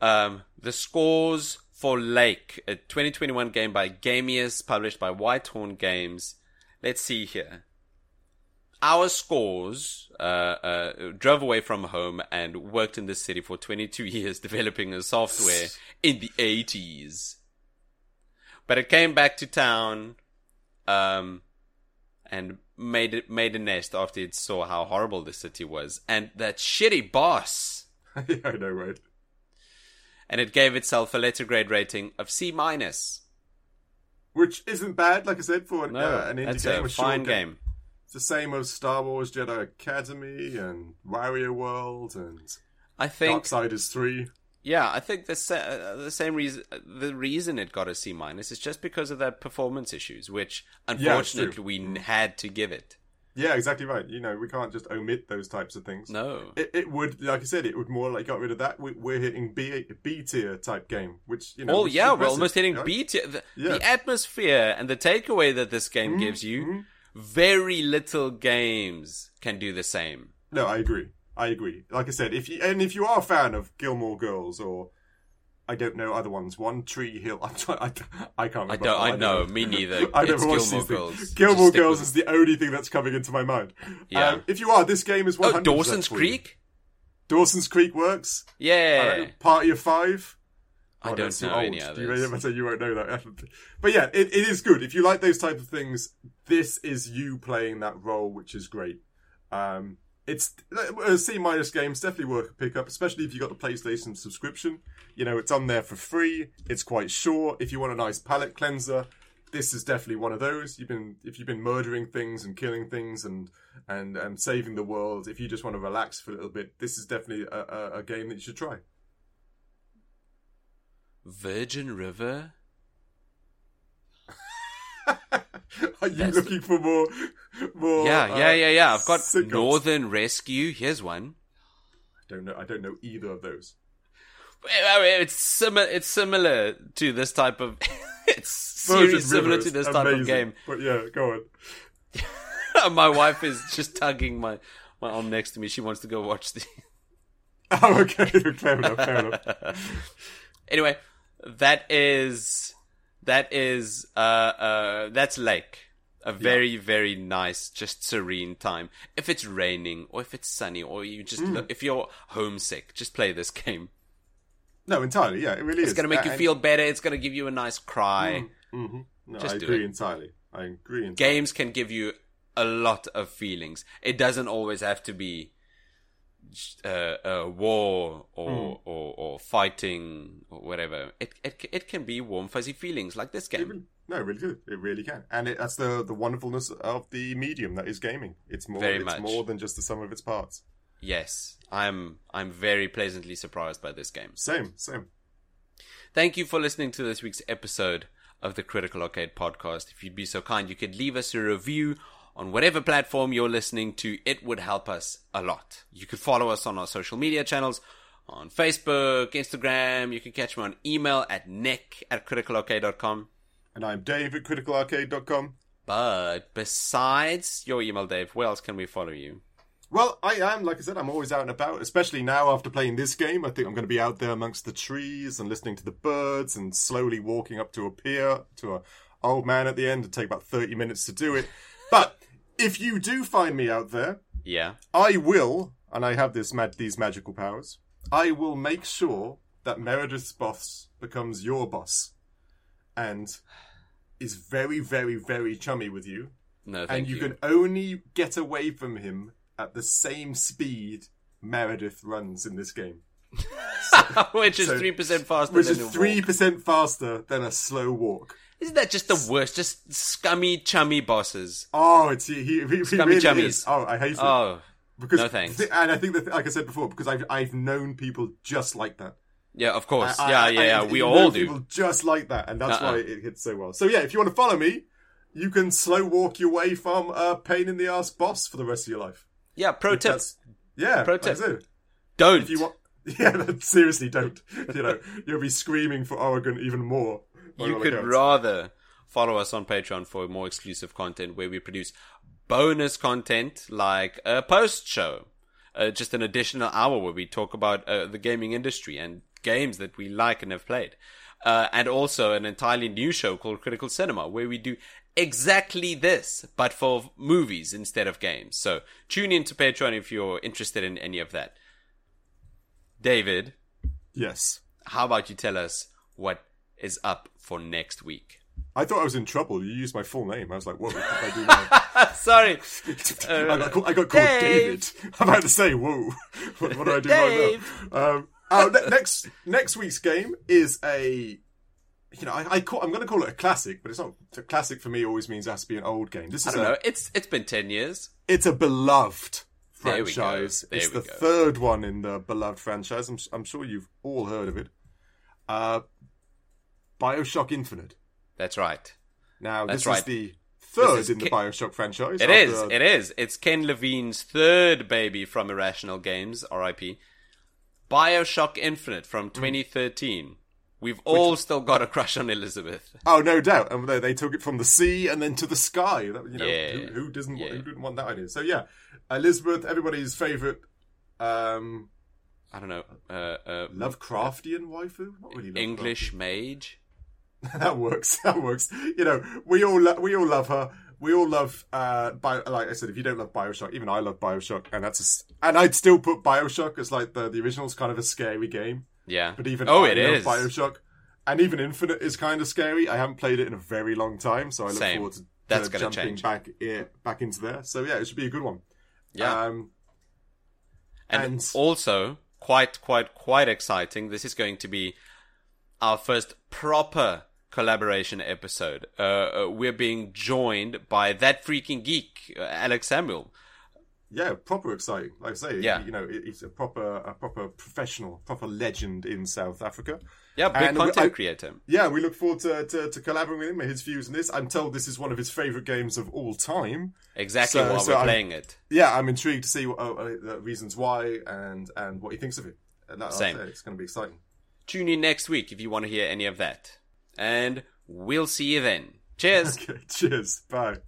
Um, the scores for Lake, a 2021 game by Gamius, published by Whitehorn Games. Let's see here. Our scores uh, uh, drove away from home and worked in this city for 22 (laughs) years developing a software in the 80s. But it came back to town um, and made it, made a nest after it saw how horrible the city was and that shitty boss (laughs) yeah, I know, right? and it gave itself a letter grade rating of C minus. Which isn't bad, like I said, for an, No, uh, an indie that's game. a short fine game. It's the same as Star Wars Jedi Academy and Wario World and I think, Darksiders Three. yeah, I think the sa- uh, the same reason the reason it got a C minus is just because of that performance issues, which Yeah, it's true. unfortunately we n- had to give it. Yeah, exactly right. You know, we can't just omit those types of things. No, It, it would, like I said, it would more like got rid of that. We, we're hitting B B tier type game, which you know. oh which is yeah, we're impressive, almost hitting you know? B tier. The, Yeah. the atmosphere and the takeaway that this game gives you, Mm-hmm. very little games can do the same. No, I agree. I agree. Like I said, if you and if you are a fan of Gilmore Girls or I don't know other ones, One Tree Hill. (laughs) I'm trying, I, I can't. Remember I don't. (laughs) I know. Me neither. I it's never watched Gilmore these things. Girls. Gilmore Just stick Girls with- is the only thing that's coming into my mind. Yeah. Um, if you are, this game is 100. Oh, Dawson's Creek. Dawson's Creek works. Yeah. Uh, Party of Five. I Oh, no, don't it's too know any old. others. You, may- so you won't know that. but yeah, it, it is good. If you like those type of things, this is you playing that role, which is great. Um, it's a C minus games definitely worth a pickup, especially if you got the PlayStation subscription. You know, it's on there for free. It's quite short. If you want a nice palate cleanser, this is definitely one of those. You've been if you've been murdering things and killing things and and and saving the world. If you just want to relax for a little bit, this is definitely a, a, a game that you should try. Virgin River? (laughs) Are you That's- looking for more? More? yeah, yeah, uh, yeah, yeah. I've got sitcoms? Northern Rescue. Here's one. I don't know. I don't know either of those. I mean, It's similar. It's similar to this type of. (laughs) it's seriously Virgin similar River to is this type of amazing, game. (laughs) But yeah, go on. (laughs) my wife is just tugging my my arm next to me. She wants to go watch the. Oh, okay. (laughs) fair enough. Fair enough. (laughs) anyway, that is that is uh uh that's lake. A very very nice, just serene time. If it's raining or if it's sunny or you just Hmm. if you're homesick, just play this game. No, entirely. Yeah, it really is. It's gonna make you feel better. It's gonna give you a nice cry. hmm No, Just I do agree it. entirely. I agree. Entirely. Games can give you a lot of feelings. It doesn't always have to be just, uh, uh, war or, or or fighting or whatever. It it c- it can be warm fuzzy feelings like this game. No, it really good. It really can, and it, that's the the wonderfulness of the medium that is gaming. It's more. Very it's much. more than just the sum of its parts. Yes, I'm I'm very pleasantly surprised by this game. Same, same. Thank you for listening to this week's episode of the Critical Arcade podcast. If you'd be so kind, you could leave us a review on whatever platform you're listening to. It would help us a lot. You could follow us on our social media channels on Facebook, Instagram. You can catch me on email at nick at criticalarcade.com. And I'm Dave at criticalarcade.com. But besides your email, Dave, where else can we follow you? Well, I am, like I said, I'm always out and about, especially now after playing this game. I think I'm going to be out there amongst the trees and listening to the birds and slowly walking up to a pier to a old man at the end and take about 30 minutes to do it. But if you do find me out there, Yeah. I will and I have this mag- these magical powers. I will make sure that Meredith's boss becomes your boss, and is very, very, very chummy with you. No, thank and you, you. can only get away from him at the same speed Meredith runs in this game, (laughs) which is so- three percent faster which than is a walk. three percent faster than a slow walk. Isn't that just the worst? Just scummy, chummy bosses. Oh, it's he, he, he Scummy really chummies. is. Oh, I hate it. Oh, because no thanks. th- and I think that, like I said before, because I've I've known people just like that. yeah, of course. I- yeah, I- yeah, I- yeah. you We know all do. People just like that, and that's Uh-uh. why it hits so well. So yeah, if you want to follow me, you can slow walk your way from a pain in the ass boss for the rest of your life. Yeah, pro tip: That's- yeah, Pro that's tip. it. don't. If you want, (laughs) yeah, that- seriously, don't. You know, you'll be screaming for Oregon even more. by you all could accounts. rather follow us on Patreon for more exclusive content where we produce bonus content like a post show, uh, just an additional hour where we talk about uh, the gaming industry and games that we like and have played. Uh, and also an entirely new show called Critical Cinema where we do exactly this, but for movies instead of games. So tune in to Patreon if you're interested in any of that. David, Yes, how about you tell us what is up for next week? (laughs) I thought I was in trouble. You used my full name. I was like, what did I (laughs) do now? Sorry, I got, call- I got called Dave. David. I'm about to say, whoa, (laughs) what, what do I do right Dave. now? Um, oh, ne- next next week's game is a, you know, I, I call, I'm going to call it a classic, but it's not a classic for me. Always means it has to be an old game. This I is don't a, know. It's it's been ten years. it's a beloved There we go. franchise. There It's we the go. third one in the beloved franchise. I'm, s- I'm sure you've all heard of it. Uh, Bioshock Infinite. That's right. Now, That's this is right. the third is in the ki- Bioshock franchise. It is. after- It is. It's Ken Levine's third baby from Irrational Games, R.I.P. Bioshock Infinite from 2013. We've all still got a crush on Elizabeth. Oh, no doubt. And they, they took it from the sea and then to the sky. That, you know, Yeah. who, who doesn't wa- Yeah. who didn't want that idea? So yeah, Elizabeth, everybody's favorite um, I don't know. Uh, uh, Lovecraftian waifu. Not really Lovecraftian. English mage. (laughs) that works. That works. You know, we all lo- we all love her. We all love, uh, bio- like I said, if you don't love Bioshock, even I love Bioshock, and that's a s and I'd still put Bioshock as like the the original's kind of a scary game, Yeah. but even oh, I it love is. Bioshock, and even Infinite is kind of scary. I haven't played it in a very long time, so I look Same. forward to That's to gonna jumping change. back yeah, back into there. So yeah, it should be a good one. Yeah. Um, And, And- also, quite, quite, quite exciting. This is going to be our first proper collaboration episode. Uh, uh, we're being joined by that freaking geek, uh, Alex Samuel. yeah, proper exciting. Like I say, Yeah. you know, it- it's a proper a proper professional, proper legend in South Africa. Yeah, big And we- content I- creator. Yeah, we look forward to, to, to collaborating with him and his views on this. I'm told this is one of his favorite games of all time. Exactly So- while so we're I'm- playing it. Yeah, I'm intrigued to see what, uh, uh, the reasons why and and what he thinks of it. And that, Same. I'll say, it's going to be exciting. (laughs) Tune in next week if you want to hear any of that. And we'll see you then. Cheers. Okay, cheers. Bye.